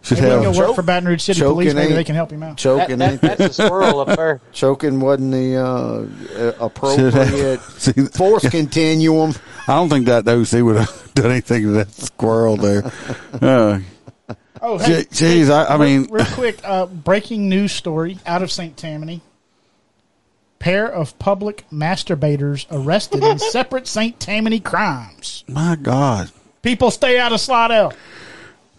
Should Maybe we have can go work for Baton Rouge City Choking Police. Maybe ain't- they can help him out. Choking. That- ain't- that- that's a squirrel up there. *laughs* Choking wasn't the uh, uh, *laughs* appropriate See, force continuum. I don't think that OC would have *laughs* done anything to that squirrel *laughs* there. Uh, Oh, hey, Jeez, I, I mean, real quick, uh, breaking news story out of St. Tammany. Pair of public masturbators arrested in separate St. Tammany crimes. my God. People stay out of Slidell.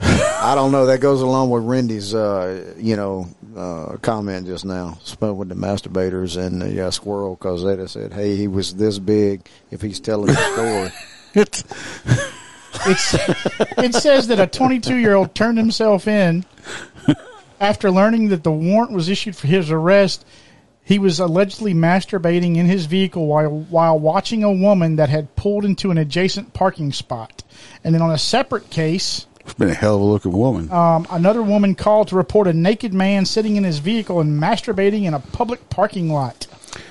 I don't know. That goes along with Randy's, uh, you know, uh, comment just now. Spoke with the masturbators and the uh, squirrel because they just said, "Hey, he was this big." If he's telling the story, It's *laughs* It's, it says that a 22 year old turned himself in after learning that the warrant was issued for his arrest. He was allegedly masturbating in his vehicle while, while watching a woman that had pulled into an adjacent parking spot. And then on a separate case, It's been a hell of a looking woman. Um, another woman called to report a naked man sitting in his vehicle and masturbating in in a public parking lot.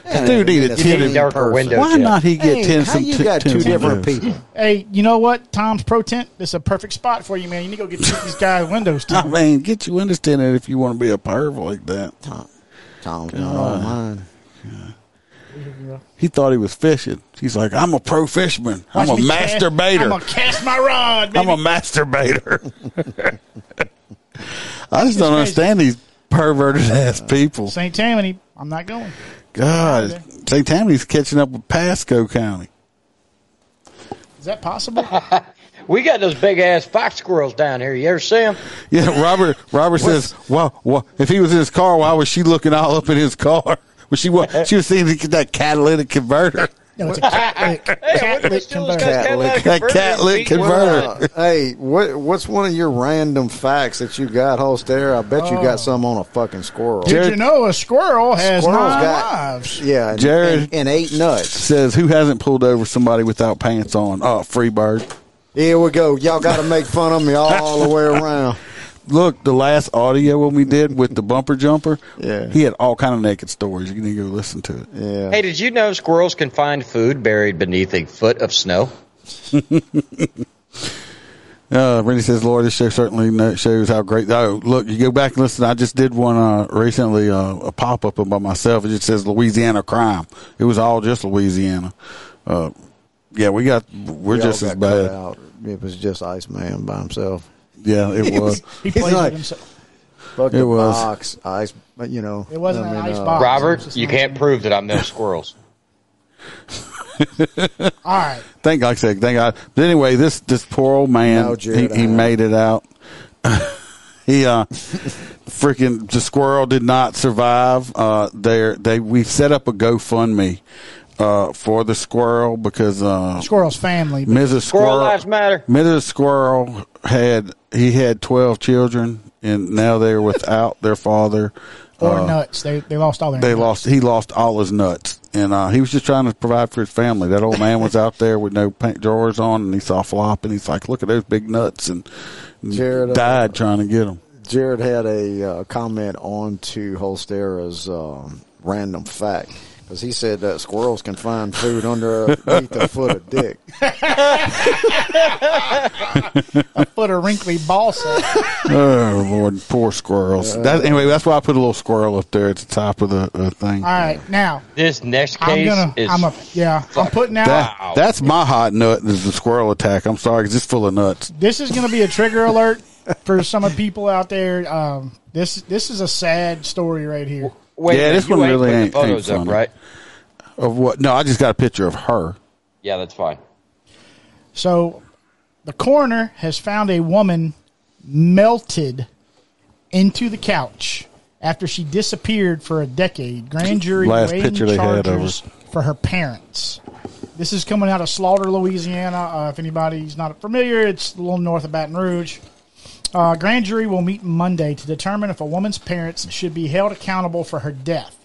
This dude need a ten in person. Why not he get Hey, ten how from you t- got ten two from different dudes? Hey, you know what? Tom's pro tent. This is a perfect spot for you, man. You need to go get these guys windows. I mean, get you understanding if you want to be a perv like that. Tom, Tom, on He thought he was fishing. He's like, I'm a pro fisherman. I'm a Watch me cast- *laughs* I'm masturbator. gonna cast my rod. I'm Baby. a *laughs* masturbator. I just don't crazy. understand these perverted ass people. St. Tammany. I'm not going. God, St. Tammany's catching up with Pasco County. Is that possible? *laughs* we got those big ass fox squirrels down here. You ever see them? Yeah, Robert. Robert says, "Well, well, if he was in his car, why was she looking all up in his car? *laughs* Was she wa- she was seeing if he could get that catalytic converter? No, it's a *laughs* cat lick. Cat lick converter. That catalytic converter. Well, hey, what what's one of your random facts that you got, Holster? I bet you Oh. got some on a fucking squirrel. Did you know a squirrel has Squirrels nine got- lives? Yeah, and, Jared and, and eight nuts. Says who hasn't pulled over somebody without pants on? Oh, free bird. Here we go. Y'all got to make fun of me *laughs* all the way around. Look, the last audio when we did with the bumper jumper, Yeah. he had all kind of naked stories. You need to go listen to it. Yeah. Hey, did you know squirrels can find food buried beneath a foot of snow? *laughs* Uh, Randy says, Lord, this show certainly no- shows how great. Oh, look, you go back and listen. I just did one uh, recently, uh, a pop up by myself. It just says Louisiana crime. It was all just Louisiana. Uh, yeah, we got, we're Y'all just as got cut bad. out. It was just Iceman by himself. Yeah, *laughs* it was. He He's plays like, with himself. Fuck It the was. box, ice, but, you know. It wasn't an ice uh, box. Robert, you can't prove that I'm no squirrels. All right. Thank God, thank God. But anyway, this, this poor old man, No, he, Jared, I he haven't. made it out. *laughs* he, uh, freaking, the squirrel did not survive. Uh, they they, we set up a GoFundMe, uh, for the squirrel because, uh, Squirrel's family. but- Mrs. Squirrel, Squirrel lives matter. Mrs. Squirrel had he had twelve children, and now they're without their father. Or Uh, nuts. They they lost all their. They nuts. lost. He lost all his nuts, and uh, he was just trying to provide for his family. That old man was out there with no paint drawers on, and he saw flop, and he's like, "Look at those big nuts," and Jared, uh, died trying to get them. Jared had a uh, comment on to Holstera's um, random fact because he said that squirrels can find food under underneath a foot of dick. a foot of wrinkly ball sack. *laughs* oh Lord, poor squirrels. That, anyway, that's why I put a little squirrel up there at the top of the uh, thing. All right, now This next I'm case gonna. is I'm a. Yeah, I'm putting out. That, That's my hot nut. Is the squirrel attack? I'm sorry, 'cause it's full of nuts. this is going to be a trigger alert for some of the people out there. Um, this this is a sad story right here. Wait a yeah, minute, this you one ain't really putting the ain't, photos ain't up, funny. right? Of what? No, I just got a picture of her. Yeah, that's fine. So, the coroner has found a woman melted into the couch after she disappeared for a decade. Grand jury Last weighing picture they had of her. charges for her parents. This is coming out of Slaughter, Louisiana. Uh, if anybody's not familiar, it's a little north of Baton Rouge. Uh, grand jury will meet Monday to determine if a woman's parents should be held accountable for her death.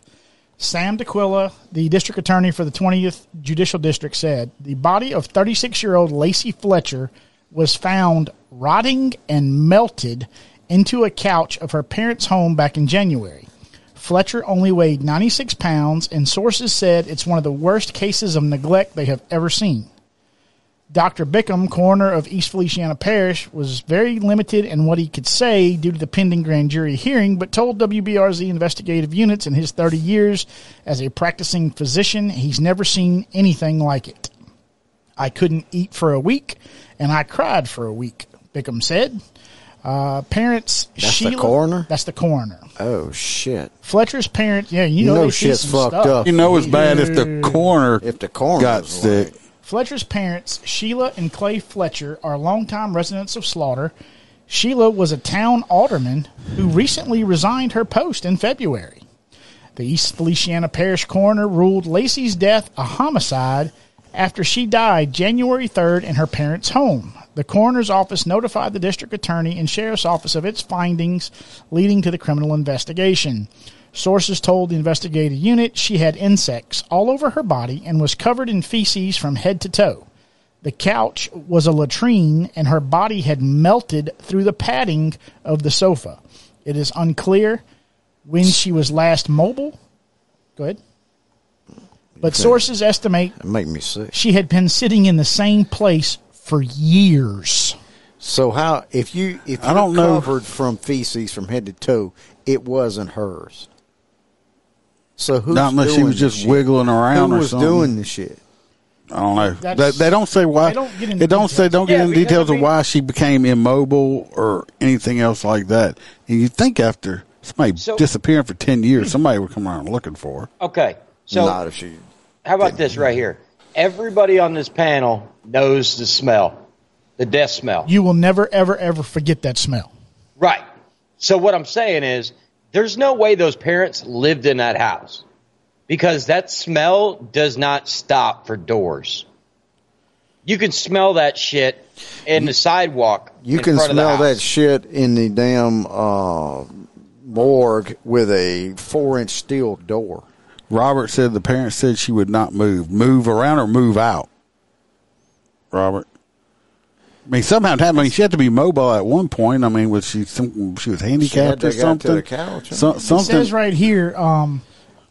Sam DeQuilla, the district attorney for the 20th Judicial District, said the body of 36 year old Lacey Fletcher was found rotting and melted into a couch of her parents' home back in January. Fletcher only weighed 96 pounds, and sources said it's one of the worst cases of neglect they have ever seen. Dr. Bickham, coroner of East Feliciana Parish, was very limited in what he could say due to the pending grand jury hearing, but told WBRZ investigative units in his 30 years as a practicing physician, he's never seen anything like it. I couldn't eat for a week, and I cried for a week, Bickham said. Uh, parents, That's the Sheila. coroner? That's the coroner. Oh shit! Fletcher's parents, yeah, you know, No they see shit's some fucked stuff. up. You know, it's bad if the corner If the corner got was sick. Fletcher's parents, Sheila and Clay Fletcher, are longtime residents of Slaughter. Sheila was a town alderman who recently resigned her post in February. The East Feliciana Parish coroner ruled Lacey's death a homicide after she died January 3rd in her parents' home. The coroner's office notified the district attorney and sheriff's office of its findings, leading to the criminal investigation. Sources told the investigative unit she had insects all over her body and was covered in feces from head to toe. The couch was a latrine, and her body had melted through the padding of the sofa. It is unclear when she was last mobile. Go ahead. But Okay. sources estimate It make me sick. she had been sitting in the same place for years. So how if you if I you don't know. covered from feces from head to toe, it wasn't hers. So who's Not unless she doing was this just shit? wiggling around Who or was something. doing this shit? I don't know. They, That's- they don't say why. they They don't don't get into it don't say. details. Don't Yeah, get into because, details I of why she became immobile or anything else like that. And you think after somebody So- disappearing for ten years, somebody would come around looking for her. Okay. So Not if she- How about this right here? Everybody on this panel knows the smell, the death smell. You will never, ever, ever forget that smell. Right. So what I'm saying is there's no way those parents lived in that house because that smell does not stop for doors. You can smell that shit in the sidewalk. You in can front of the smell house. that shit in the damn uh, morgue with a four inch steel door. Robert said the parents said she would not move, move around or move out. Robert, I mean, somehow it happened. I mean, she had to be mobile at one point. I mean, was she some, she was handicapped to or get to something? the couch, huh? So- It It says something. right here, um,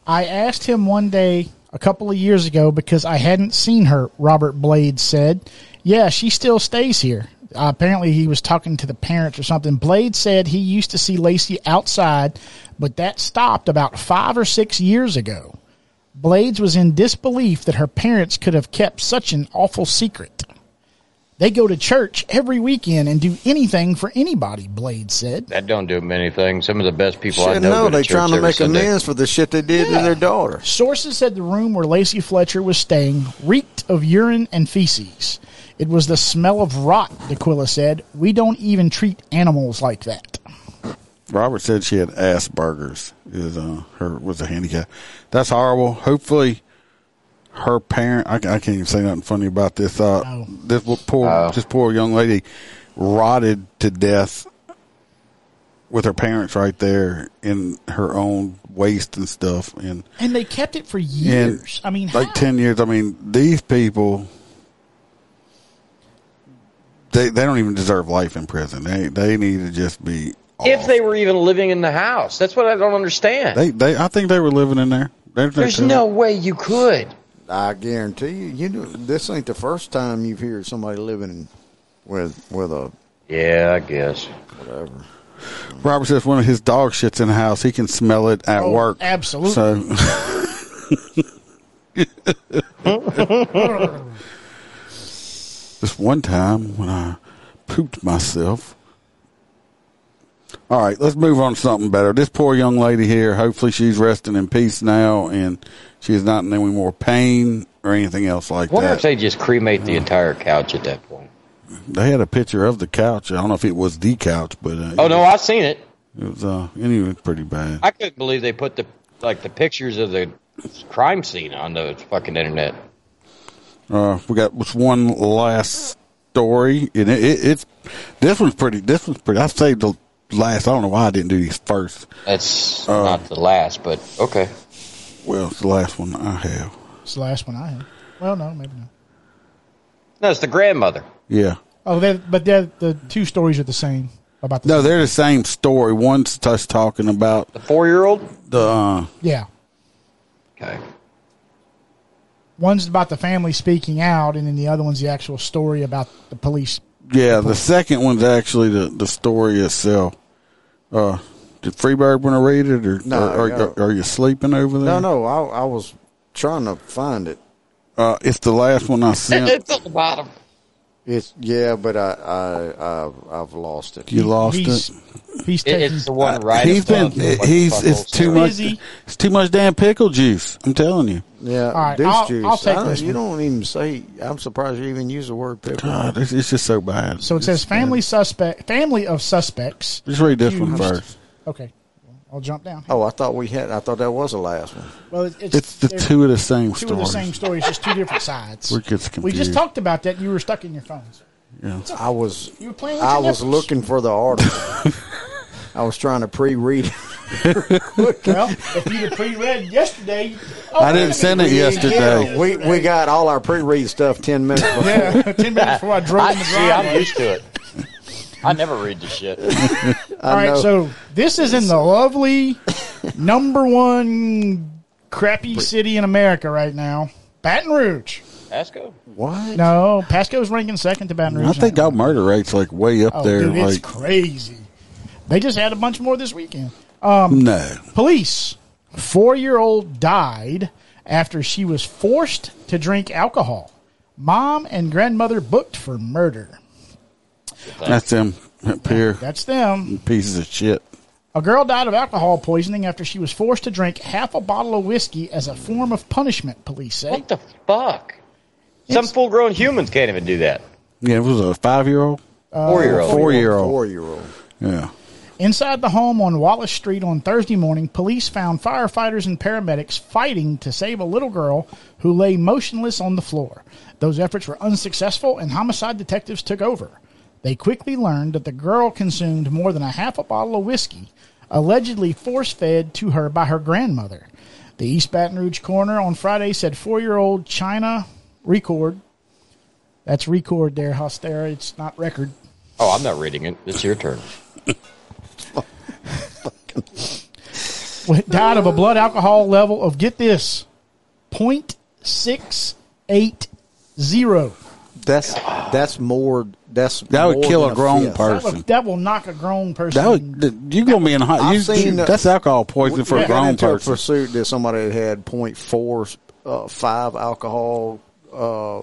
I asked him one day a couple of years ago because I hadn't seen her, Robert Blades said. Yeah, she still stays here. Uh, apparently, he was talking to the parents or something. Blade said he used to see Lacey outside, but that stopped about five or six years ago. Blades was in disbelief that her parents could have kept such an awful secret. They go to church every weekend and do anything for anybody, Blades said. That don't do many things. Some of the best people I Shit, know. no, go to they church trying to every make Sunday. amends for the shit they did to their daughter. Sources said the room where Lacey Fletcher was staying reeked of urine and feces. It was the smell of rot, DeQuilla said. We don't even treat animals like that. Robert said she had Asperger's. Is uh, her was a handicap? That's horrible. Hopefully, her parent. I, ca- I can't even say nothing funny about this. Uh, This w- poor, this poor young lady rotted to death with her parents right there in her own waste and stuff. And And they kept it for years. and I mean, like ten years. I mean, these people. They, they don't even deserve life in prison. They they need to just be If they were even living in the house, that's what I don't understand. They, they, I think they were living in there. There's, There's no way you could. I guarantee you. You know, this ain't the first time you've heard somebody living with with a yeah, I guess whatever. Robert says one of his dog shits in the house. He can smell it at Oh, work. absolutely. *laughs* So. Just one time when I pooped myself. All right, let's move on to something better. This poor young lady here, hopefully she's resting in peace now and she's not in any more pain or anything else like I wonder that. if they just cremate the entire couch at that point. They had a picture of the couch. I don't know if it was the couch, but uh, Oh no, I've seen it. it was uh, anyway pretty bad. I couldn't believe they put the like the pictures of the crime scene on the fucking internet. Uh, we got what's one last story, and it, it, it's this one's pretty. This one's pretty. I saved the last. I don't know why I didn't do these first. That's Oh. not the last, but okay. Well, it's the last one I have. It's the last one I had. Well, no, maybe not. No, it's the grandmother. Yeah. Oh, they but they're, the two stories are the same. About the No, they're the same story. One's us talking about the four-year-old. The uh, Yeah. Okay. One's about the family speaking out, and then the other one's the actual story about the police. yeah, the second one's actually the the story itself. Uh, did Freebird want to read it, or No, or, no. or, are you sleeping over there? No, no, I, I was trying to find it. Uh, it's the last one I *laughs* sent. it's at the bottom. *laughs* It's yeah, but I I, I I've lost it. You lost it. He's taking it's the one right. he's been above he's, the it's fucking too whole much story. it's too much damn pickle juice. I'm telling you. Yeah, right, deuce I'll- Uh, juice. I'll take I don't- this You one. don't even say. I'm surprised you even use the word pickle. God, it's, Ah, it's just so bad. So it says family suspect, family of suspects. Just read this one accused- first. Okay, I'll jump down. Oh, I thought we had. I thought that was the last one. Well, it's, it's, It's the they're- two of the same two of the stories. same stories, just two different sides. We're just We just confused. talked about that. You were stuck in your phones. Yeah. I was. You were playing with I your *laughs* was nipples. looking for the article. I was trying to pre-read. it. well, if you'd pre-read yesterday, oh, I didn't send it yesterday. We we got all our pre-read stuff ten minutes before. Yeah, *laughs* ten minutes before I drove I, in the see, driveway. I'm used to it. I never read the *laughs* shit. All right, so this is in the lovely *laughs* number one crappy city in America right now, Baton Rouge. Pasco? What? No, Pasco's ranking second to Baton Rouge. I think our murder rate's like way up Oh, there. dude, it's like crazy. They just had a bunch more this weekend. Um, no, Police. Four year old died after she was forced to drink alcohol. Mom and grandmother booked for murder. that's them up here. That's them. Pieces of shit. A girl died of alcohol poisoning after she was forced to drink half a bottle of whiskey as a form of punishment, police say. What the fuck? Some full grown humans can't even do that. Yeah, it was a five year old, Uh, Four-year-old. four year old, Four-year-old. Yeah, Inside the home on Wallace Street on Thursday morning, police found firefighters and paramedics fighting to save a little girl who lay motionless on the floor. Those efforts were unsuccessful, and homicide detectives took over. They quickly learned that the girl consumed more than a half a bottle of whiskey, allegedly force fed to her by her grandmother. The East Baton Rouge coroner on Friday said four year old China Record, that's Record there, Hostera, it's not record. Oh, I'm not reading it. It's your turn. died of a blood alcohol level of get this point six eight zero. That's that's more. That's That would more kill than a grown fifth. That, person. would, that will knock a grown person. That would, you gonna be in hot. I've You, seen the- that's alcohol poisoning We- for we a got grown into person. A pursuit that somebody had had point four uh, five alcohol uh,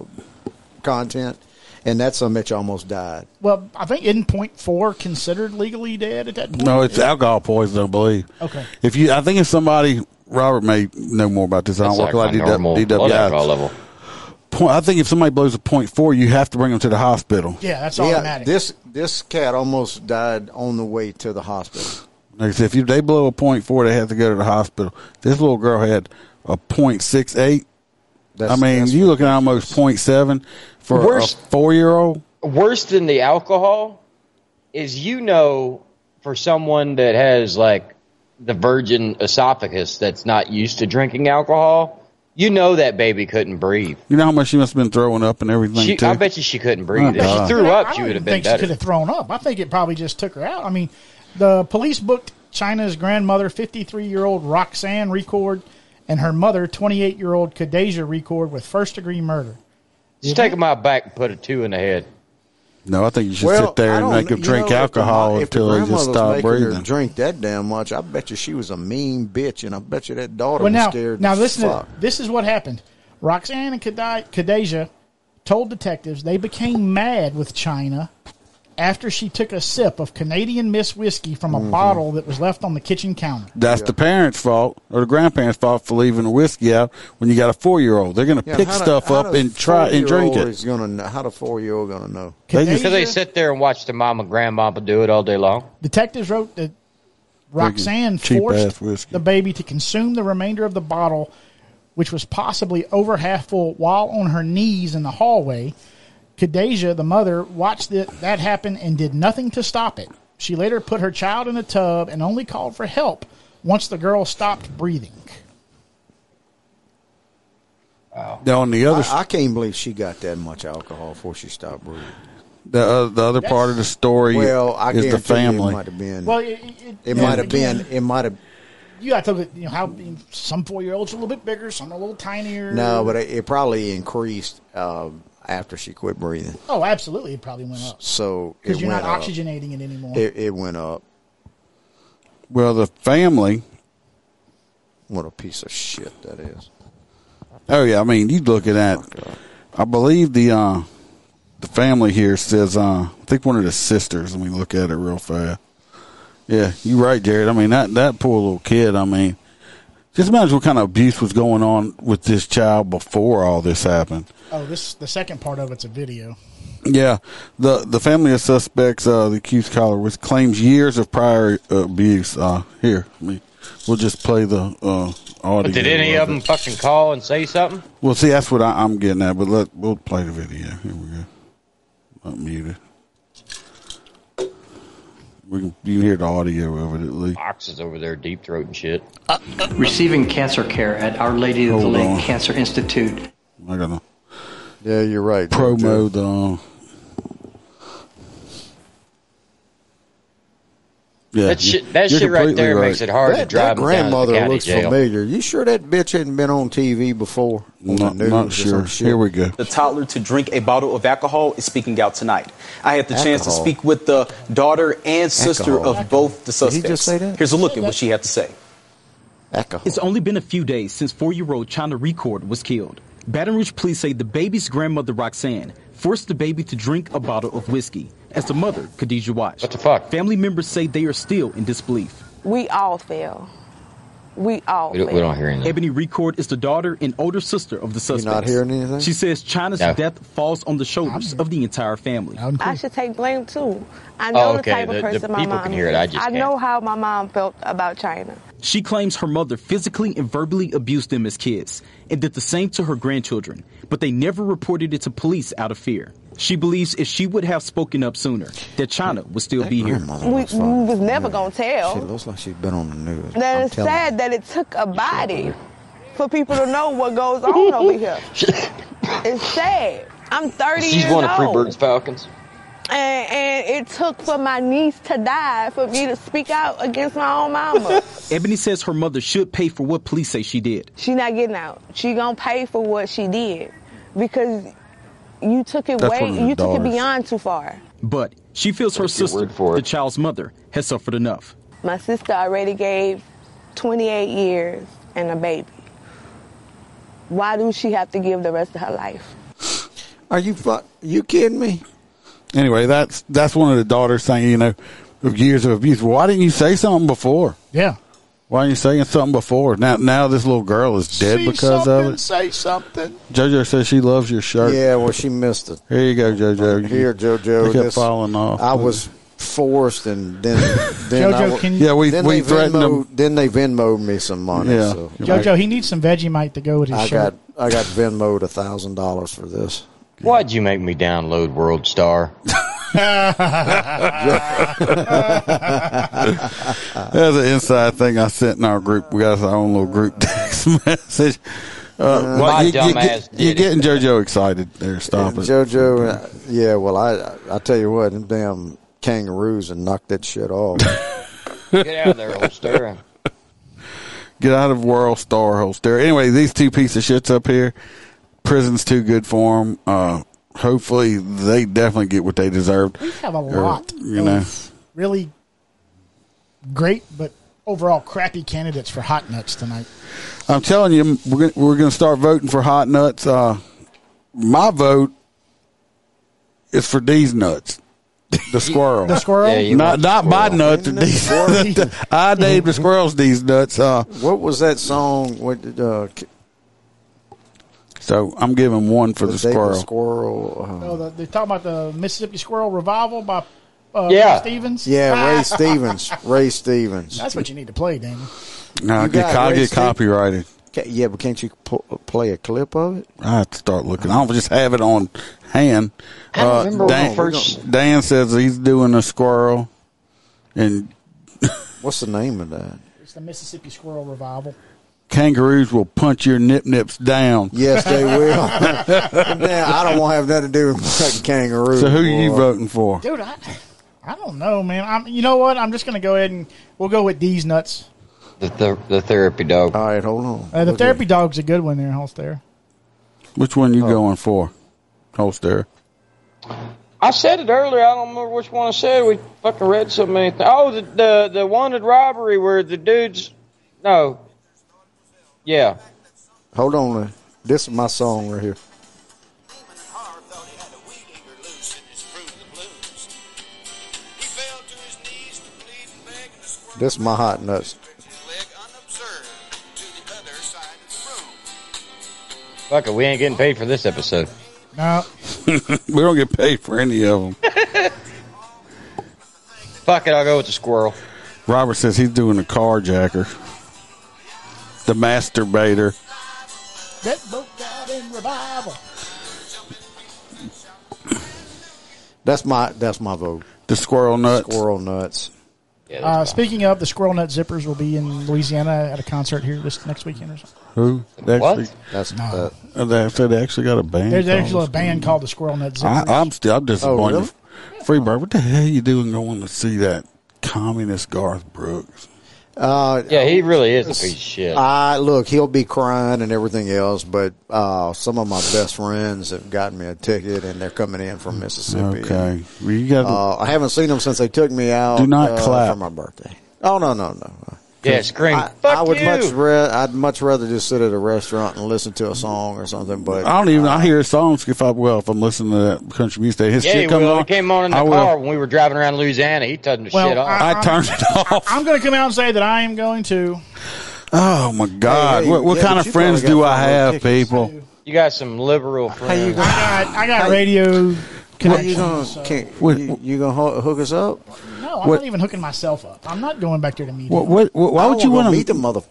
content, and that's something that you almost died. well, I think isn't point four considered legally dead at that point? No, it's alcohol poisoning. I believe. Okay. If you, I think if somebody, Robert may know more about this. I don't That's work like my a lot normal of DW, blood alcohol level. Point, I think if somebody blows a point four, you have to bring them to the hospital. Yeah, that's automatic. This this cat almost died on the way to the hospital. Like I said, if you, they blow a point four, they have to go to the hospital. This little girl had a point six eight. I That's- mean, that's you looking at almost point seven for Worst- a four year old. Worse than the alcohol is you know for someone that has like the virgin esophagus that's not used to drinking alcohol, you know that baby couldn't breathe. You know how much she must have been throwing up and everything She, too. I bet you she couldn't breathe. Oh, if she God. threw I- up, I she don't would even have been think she could better. have thrown up. I think it probably just took her out. I mean, the police booked China's grandmother, 53 year old Roxanne Record, and her mother, 28 year old Kadeja Record, with first degree murder. Just take 'em out back and put a two in the head. no, I think you should Well, sit there I and don't make them kn- You drink know, if the alcohol mo- if the until they just grandmother was stop making her breathing. Drink that damn much. I bet you she was a mean bitch, and I bet you that daughter Well, was now, scared. now as listen. fuck. To, this is what happened. Roxanne and Kade- Kadeja told detectives they became mad with China after she took a sip of Canadian Miss whiskey from a Mm-hmm. Mhm. bottle that was left on the kitchen counter. That's the parents' fault or the grandparents' fault for leaving the whiskey out when you got a four year old. They're going to Yeah, pick how do- stuff how up do and try and drink four-year-old it. Is gonna know, how the four year old gonna know? Because they sit there and watch the mom and grandmama do it all day long. Detectives wrote that Roxanne cheap forced ass whiskey. the baby to consume the remainder of the bottle, which was possibly over half full, while on her knees in the hallway. Kadeja, the mother, watched th- that happen and did nothing to stop it. She later put her child in a tub and only called for help once the girl stopped breathing. Now on the other, I, I can't believe she got that much alcohol before she stopped breathing. the uh, the other part of the story Well, I is the guarantee you it family. might have been. Well, it, it, It might have been. It might have. You got to look at you know how some four year olds are a little bit bigger, some are a little tinier. No, but it, it probably increased um, after she quit breathing. oh, absolutely, it probably went up So because it you're went not up. oxygenating it anymore. It, it went up. Well, the family. What a piece of shit that is. Oh yeah, I mean you looking at. I believe the uh, the family here says uh, I think one of the sisters. Let me look at it real fast. Yeah, you right, Jared. I mean that that poor little kid. I mean, just imagine what kind of abuse was going on with this child before all this happened. Oh, this the second part of it's a video. Yeah, the the family of suspects, uh, the accused caller, was claims years of prior abuse. Uh, here, let me, we'll just play the uh, audio. But did any of them fucking call and say something? Well, see, that's what I, I'm getting at. But let we'll play the video. Here we go. Unmuted. We can, you can hear the audio of it at least. Boxes over there, deep throat and shit. Uh, Receiving cancer care at Our Lady of the Hold Lake on. Cancer Institute. I don't know. Yeah, you're right. Promo the. uh, Yeah, That shit- you- that you're shit right completely there makes it hard to that, drive that down to the grandmother county looks jail. familiar. You sure that bitch hadn't been on TV before? *laughs* On Not- the news not or sure. some shit? Here we go. The toddler to drink a bottle of alcohol is speaking out tonight. I had the chance to Alcohol. speak with the daughter and sister Alcohol. of both the Did he suspects. just say that? Here's a look at what she had to say. It's only been a few days since four year old China Record was killed. Baton Rouge police say the baby's grandmother, Roxanne, forced the baby to drink a bottle of whiskey as the mother, Khadija, watched. What the fuck? Family members say they are still in disbelief. We all fail. We all fail. Ebony Record is the daughter and older sister of the suspect. not hearing anything? She says China's death falls on the shoulders of the entire family. I should take blame too. I know Oh, okay, the type the- of the person my people mom can hear it, is. I just can't. know how my mom felt about China. She claims her mother physically and verbally abused them as kids and did the same to her grandchildren, but they never reported it to police out of fear. She believes if she would have spoken up sooner, that China would still be here. We, we was never gonna She tell. looks like she's been on the news. That I'm it's telling sad that it took a body for people to know what goes on over *laughs* here. It's sad. I'm 30 She's years one of Free old. Birds Falcons. And, and it took for my niece to die for me to speak out against my own *laughs* mama. Ebony says her mother should pay for what police say she did. She not getting out. She gonna pay for what she did because you took it That's way, one of the you took it daughters. beyond too far. But she feels her sister, the child's mother, has suffered enough. My sister already gave 28 years and a baby. Why do she have to give the rest of her life? Are you fu- you kidding me? Anyway, that's that's one of the daughters saying, you know, of years of abuse. Why didn't you say something before? Yeah. Why aren't you saying something before? Now, now this little girl is dead See because something, of it. Say something. JoJo says she loves your shirt. Yeah, well, she missed it. Here you go, *laughs* JoJo. You- Here, JoJo. It kept this- falling off. I was forced, *laughs* and then then I JoJo, wa- can you- Yeah, we- then we they threatened Venmoed, Then they Venmoed me some money. Yeah. so. Jojo, he needs some Vegemite to go with his I shirt. got I got Venmoed a thousand dollars for this. Why'd you make me download World Star? That's an inside thing I sent in our group. We got our own little group *laughs* text message. Uh, My well, you, dumb you get- ass did you're it. getting JoJo excited there. Stop it. JoJo, uh, yeah. Well, I I tell you what, them damn kangaroos and knocked that *laughs* shit off. Get out of there, old stir. Get out of World Star Holster. Anyway, these two piece of shits up here. Prison's too good for them. Uh, hopefully, they definitely get what they deserved. We have a Or, lot you know. *laughs* really great, but overall crappy candidates for hot nuts tonight. I'm telling you, we're gonna, we're going to start voting for hot nuts. Uh, my vote is for these nuts, *laughs* the squirrel, The squirrel? Yeah, you not want the not my squirrel. nuts. These, I named *laughs* the squirrels these nuts. Uh, what was that song? What did, uh, K- so I'm giving one for the, David squirrel. Squirrel. uh, Oh, the, they're talking about the Mississippi Squirrel Revival by uh, Yeah. Stevens. *laughs* yeah, *laughs* Ray Stevens. Ray Stevens. That's what you need to play, Daniel. No, You I get, got I get wasted? copyrighted. Ca- Yeah, but can't you pu- play a clip of it? I have to start looking. I don't just have it on hand. I don't Uh, remember when Dan, we first- Dan says he's doing a squirrel, and what's the name of that? It's the Mississippi Squirrel Revival. Kangaroos will punch your nip nips down. Yes, they will. Damn, I don't want to have nothing to do with fucking kangaroo. *laughs* So who are you boy. voting for? Dude, I, I don't know, man. I'm, you know what? I'm just going to go ahead and we'll go with these nuts. The, th- the therapy dog. All right, hold on. Uh, the therapy dog's a good one there, Holster. Which one Oh. you going for, Holster? I said it earlier. I don't remember which one I said. We fucking read so many things. Oh, the, the the wanted robbery where the dudes. No. Yeah. Hold on. uh, This is my song right here. This is my hot nuts. Fuck it. We ain't getting paid for this episode. No. *laughs* we don't get paid for any of them. Fuck it. I'll go with the squirrel. Robert says he's doing a carjacker, the masturbator. That boat got in revival. That's my that's my vote. The squirrel nuts. Squirrel nuts. Uh, speaking of, the Squirrel Nut Zippers will be in Louisiana at a concert here this next weekend or something. Who? They What? Actually, That's No. uh, they said they actually got a band. There's called actually a the band Squirrel called the Squirrel Nut Nut. Zippers. I, I'm still. I'm disappointed. Oh, really? Freebird, what the hell you doing going to see that communist Garth Brooks? Uh, Yeah, he really is a piece of shit. I look, he'll be crying and everything else, but uh, some of my best friends have gotten me a ticket, and they're coming in from Mississippi. Okay, well, you got. Uh, I haven't seen them since they took me out. Do not uh, clap. for my birthday. Oh no no no. Yeah, scream. I, Fuck I would you. much re- I'd much rather just sit at a restaurant and listen to a song or something. But I don't even. I hear songs if I well if I'm listening to that country music. His yeah, he shit comes will. on. He came on in the I will. car when we were driving around Louisiana. He turned the Well, shit off. I- I turned it off. I'm going to come out and say that I am going to. Oh my God! Hey, hey, what what yeah, kind but of you friends probably do got I front row have, tickets, people? You got some liberal friends. I got, I got radio How you connections. gonna so- can, you, you gonna ho- hook us up? No, I'm What- not even hooking myself up. I'm not going back there to meet What, him. what, what, why I would don't you wanna want to meet the mother?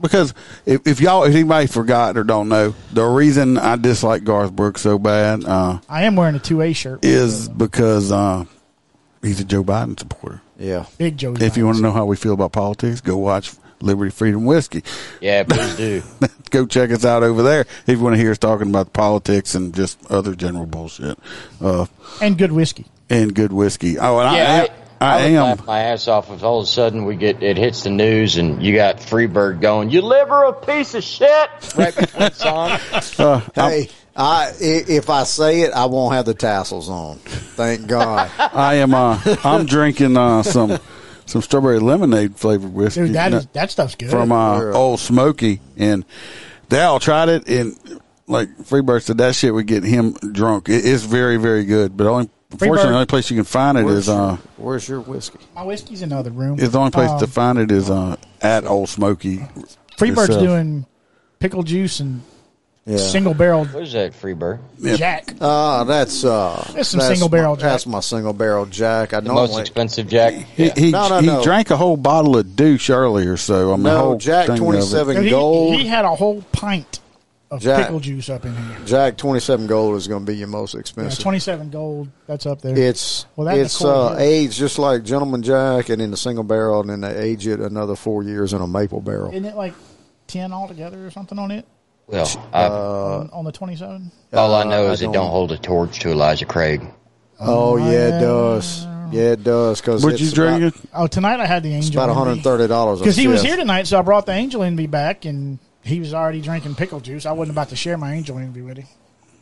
Because if, if y'all, if anybody forgot or don't know, the reason I dislike Garth Brooks so bad uh, I am wearing a 2A shirt. is because uh, he's a Joe Biden supporter. Yeah, Big Joe. If you want to know how we feel about politics, go watch Liberty Freedom Whiskey. Yeah, please do. go check us out over there if you want to hear us talking about politics and just other general bullshit uh, and good whiskey and good whiskey. *laughs* Oh, and I, Yeah, I, I, would am. laugh my ass off if all of a sudden we get it hits the news and you got Freebird going, "You liberal piece of shit!" Right between songs. Uh, *laughs* hey, I, i- if I say it, I won't have the tassels on. *laughs* Thank God. I am. Uh, *laughs* I'm drinking uh, some some strawberry lemonade flavored whiskey. Dude, that No- is that stuff's good. from uh, Old Smoky, and they all tried it, and like Freebird said, that shit would get him drunk. It is very, very good, but only unfortunately, the only place you can find it is uh, Where's your whiskey? My whiskey's in the other room. is the only place to Um, find it is uh, at Old Smoky. Freebird's itself. doing pickle juice and Yeah. single barrel What is that, Freebird? Jack. Uh, that's uh, That's some single barrel my, That's my single barrel Jack. I The normally most expensive Jack. He, he, No, no, he no. drank a whole bottle of douche earlier, so I'm No, whole Jack thing of it. 27 Dude, he, Gold. he had a whole pint of Jack. pickle juice up in here. Jack twenty seven gold is going to be your most Yeah, expensive. 27 gold. That's up there. It's well, that's it's uh, aged just like Gentleman Jack, and in the single barrel, and then they age it another four years in a maple barrel. Isn't it like 10 altogether or something on it? Well, I, on, on the 27? all I know uh, is I it don't- don't hold a torch to Elijah Craig. Oh yeah, it does. Yeah, it does. Because Would you drink it? Oh, tonight I had the It's angel. about one hundred thirty dollars Because he was here tonight, so I brought the angel envy back, and he was already drinking pickle juice. I wasn't about to share my angel envy with him.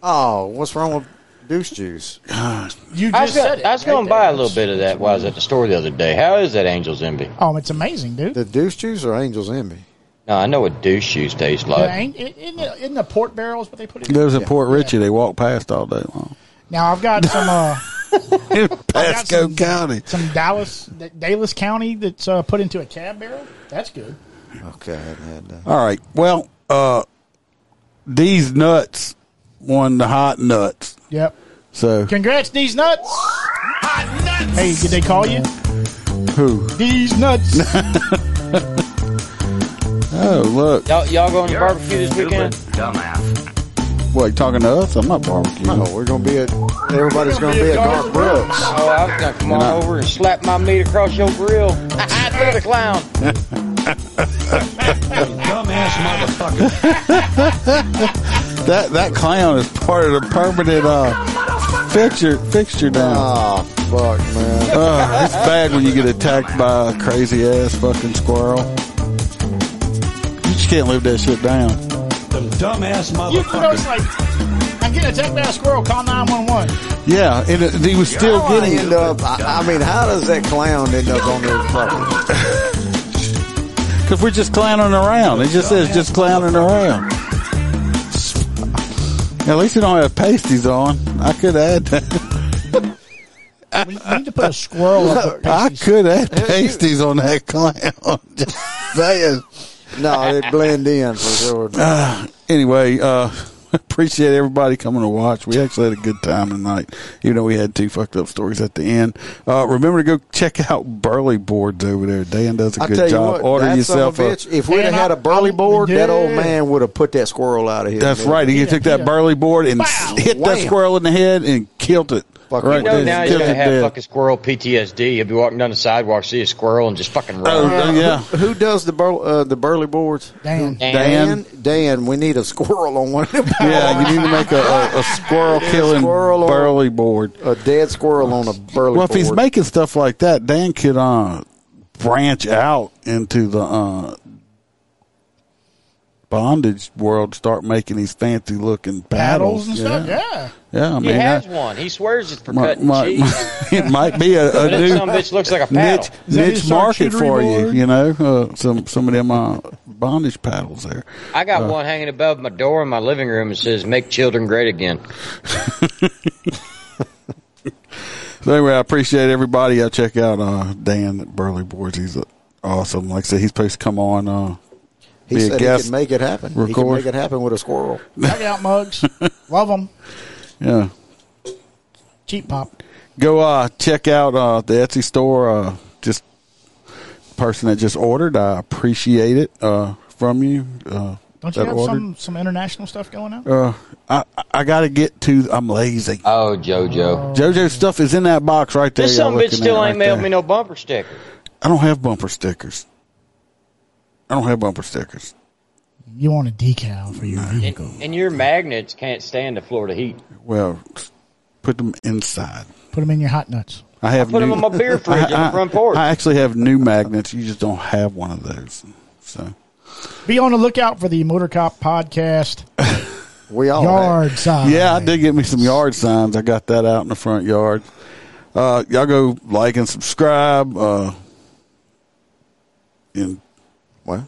Oh, what's wrong with douche juice? You I was, just gonna- said it. I was going to buy a little bit of that while I was at the store the other day. How is that Angel's Envy? Oh, it's amazing, dude. The douche juice or Angel's Envy? No, I know what douche shoes taste Yeah, like. ain't- it- Isn't it- isn't the port barrels what they put in? There's a Port Richie they walk past all day long. Now I've got some uh, *laughs* In I got Pasco some- County. some Dallas, Dallas County that's uh, put into a cab barrel. That's good. Okay, I hadn't had that. All right. Well, uh, these nuts won the hot nuts. Yep. So Congrats, these nuts. Hey, did they call you? who? These nuts. *laughs* Oh, look. Y'all, y'all going to barbecue this weekend? Dumbass. What, you talking to us? I'm not barbecuing. No, we're gonna be at. Everybody's gonna be at Dark Brooks. Oh, I was going to come on You're not- over and slap my meat across your grill. *laughs* Look at the clown. that that clown is part of the permanent uh, fixture fixture now. Oh fuck, man. Uh, it's bad when you get attacked by a crazy ass fucking squirrel. You just can't live that shit down. The dumbass You know, it's like I'm getting attacked by a squirrel. Call nine one one. Yeah, and it, he was still How Oh, I getting end up? I, I mean, how does that clown end up on their *laughs* property? because we're just clowning around. It just says just clowning around. At least you don't have pasties on. I could add that. We need to put a squirrel up. with I pasties. could add pasties on that clown. *laughs* Just saying. No, they blend in for sure. Uh, anyway, uh, *laughs* appreciate everybody coming to watch. We actually had a good time tonight, even though we had two fucked up stories at the end. Uh, remember to go check out Burley Boards over there. Dan does a I good tell you job. what, Order that yourself son of a a. bitch, if we'd Man, have had a I- burly I- board, that old yeah. man would have put that squirrel out of here. That's right. He took that Burley board and s- hit that Wham. squirrel in the head and killed it. You right know there. now Just you're killed gonna it have dead. fucking squirrel PTSD. You'll be walking down the sidewalk, see a squirrel, and just fucking run. Oh, Who, who does the bur- uh, the burley boards? Dan. Dan. Dan. We need a squirrel on one of them. Yeah, you need to make a, a, a *laughs* squirrel killing squirrel on- burley board. A dead squirrel on a burley well, if he's board. making stuff like that, Dan could uh, branch out into the uh, bondage world, start making these fancy looking paddles. Paddles and stuff. Yeah. Yeah. Yeah, I he mean, has I- one. He swears it's for might- cutting might- *laughs* cheese. it might be a, a But that new son of a bitch looks like a paddle. niche, Is that niche his market charcuterie for board? you. You know, uh, some some of them uh, bondage paddles there. I got Uh, one hanging above my door in my living room that says "Make children *laughs* great again." So anyway, I appreciate everybody. I check out uh, Dan at Burley Boards. He's uh, awesome. Like I said, he's supposed to come on. Uh, He be a said he guest can make it happen. He can record. make it happen with a squirrel. Check *laughs* out mugs. Love them. Yeah, Cheap pop. go uh, check out uh, the Etsy store. Uh, just person that just ordered, I appreciate it uh, from you. Uh, Don't you that have ordered. some some international stuff going on? Uh, I I gotta get to. I'm lazy. Oh, JoJo. JoJo's stuff is in that box right there. This y'all son of a bitch looking at still right ain't mailed there. me no bumper sticker. I don't have bumper stickers. I don't have bumper stickers. You want a decal for your vehicle? And your magnets can't stand the Florida heat. Well, put them inside. Put them in your hot nuts. *laughs* I have put new, them on my beer fridge on the front porch. I actually have new magnets. You just don't have one of those. So Be on the lookout for the Motor Cop podcast. we all yard sign. Yeah, I did get me some yard signs. I got that out in the front yard. Uh, y'all go like and subscribe. Uh, and well,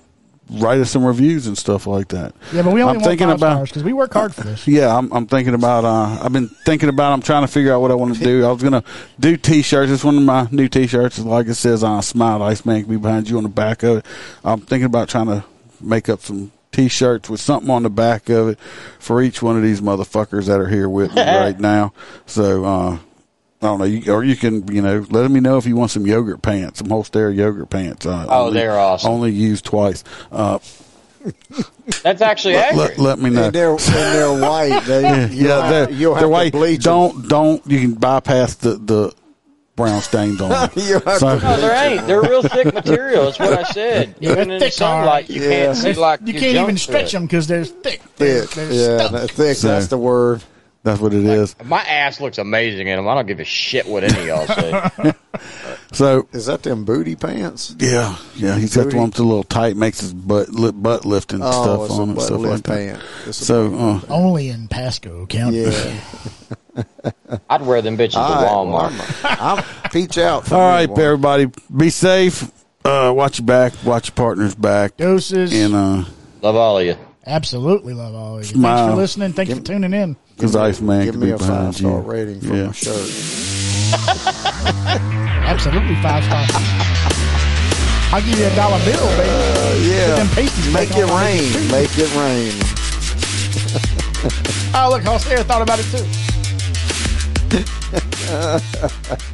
write us some reviews and stuff like that. Yeah, but we only I'm want thinking five about. because we work hard for this. Yeah, I'm, I'm thinking about. Uh, I've been thinking about. I'm trying to figure out what I want to do. I was gonna do T-shirts. It's one of my new T-shirts. It's Like it says, "I uh, smile, Iceman can be behind you on the back of it." I'm thinking about trying to make up some T-shirts with something on the back of it for each one of these motherfuckers that are here with *laughs* me right now. So. uh I don't know, you, or you can, you know, let me know if you want some yogurt pants, some Holstera yogurt pants. Uh, Oh, they're awesome. Only used twice. Uh, That's actually let, let, accurate. let me know. And they're, and they're white. They, you'll uh, *laughs* yeah, they're, have, you'll have they're to white. bleach 'em. Don't don't you can bypass the the brown stains on. them. *laughs* You'll have So- to No, there ain't. They're real thick material. That's what *laughs* I said. Yeah, Even in the thick sunlight, you iron. can't see like You your can't junk even to stretch it. them because they're thick. They're, Thick. they're Yeah, stuck. that thick. So- That's the word. That's what it is. My ass looks amazing in them. I don't give a shit what any of y'all say. *laughs* So Is that them booty pants? yeah, yeah, he's got the one that's a little tight, makes his butt li- butt lifting Oh, stuff it's a on and butt stuff like lift that. pant. It's a So uh, Only in Pasco County. Yeah. I'd wear them bitches to All right, Walmart. I'm, I'm peach out. For all me, right, boy. everybody, be safe. Uh, watch your back. Watch your partner's back. Doses. And uh, Love all of you. Absolutely love all of you. Thanks Smile. for listening. Thanks for tuning in. because Iceman Give can be me a five behind you. star rating for Yeah. my shirt. *laughs* Absolutely five stars. I'll give you a dollar bill, baby. Put them Uh, Yeah, pasties back make it on my picture, rain. too. Make it rain. *laughs* Oh, look, Hoss Air thought about it too.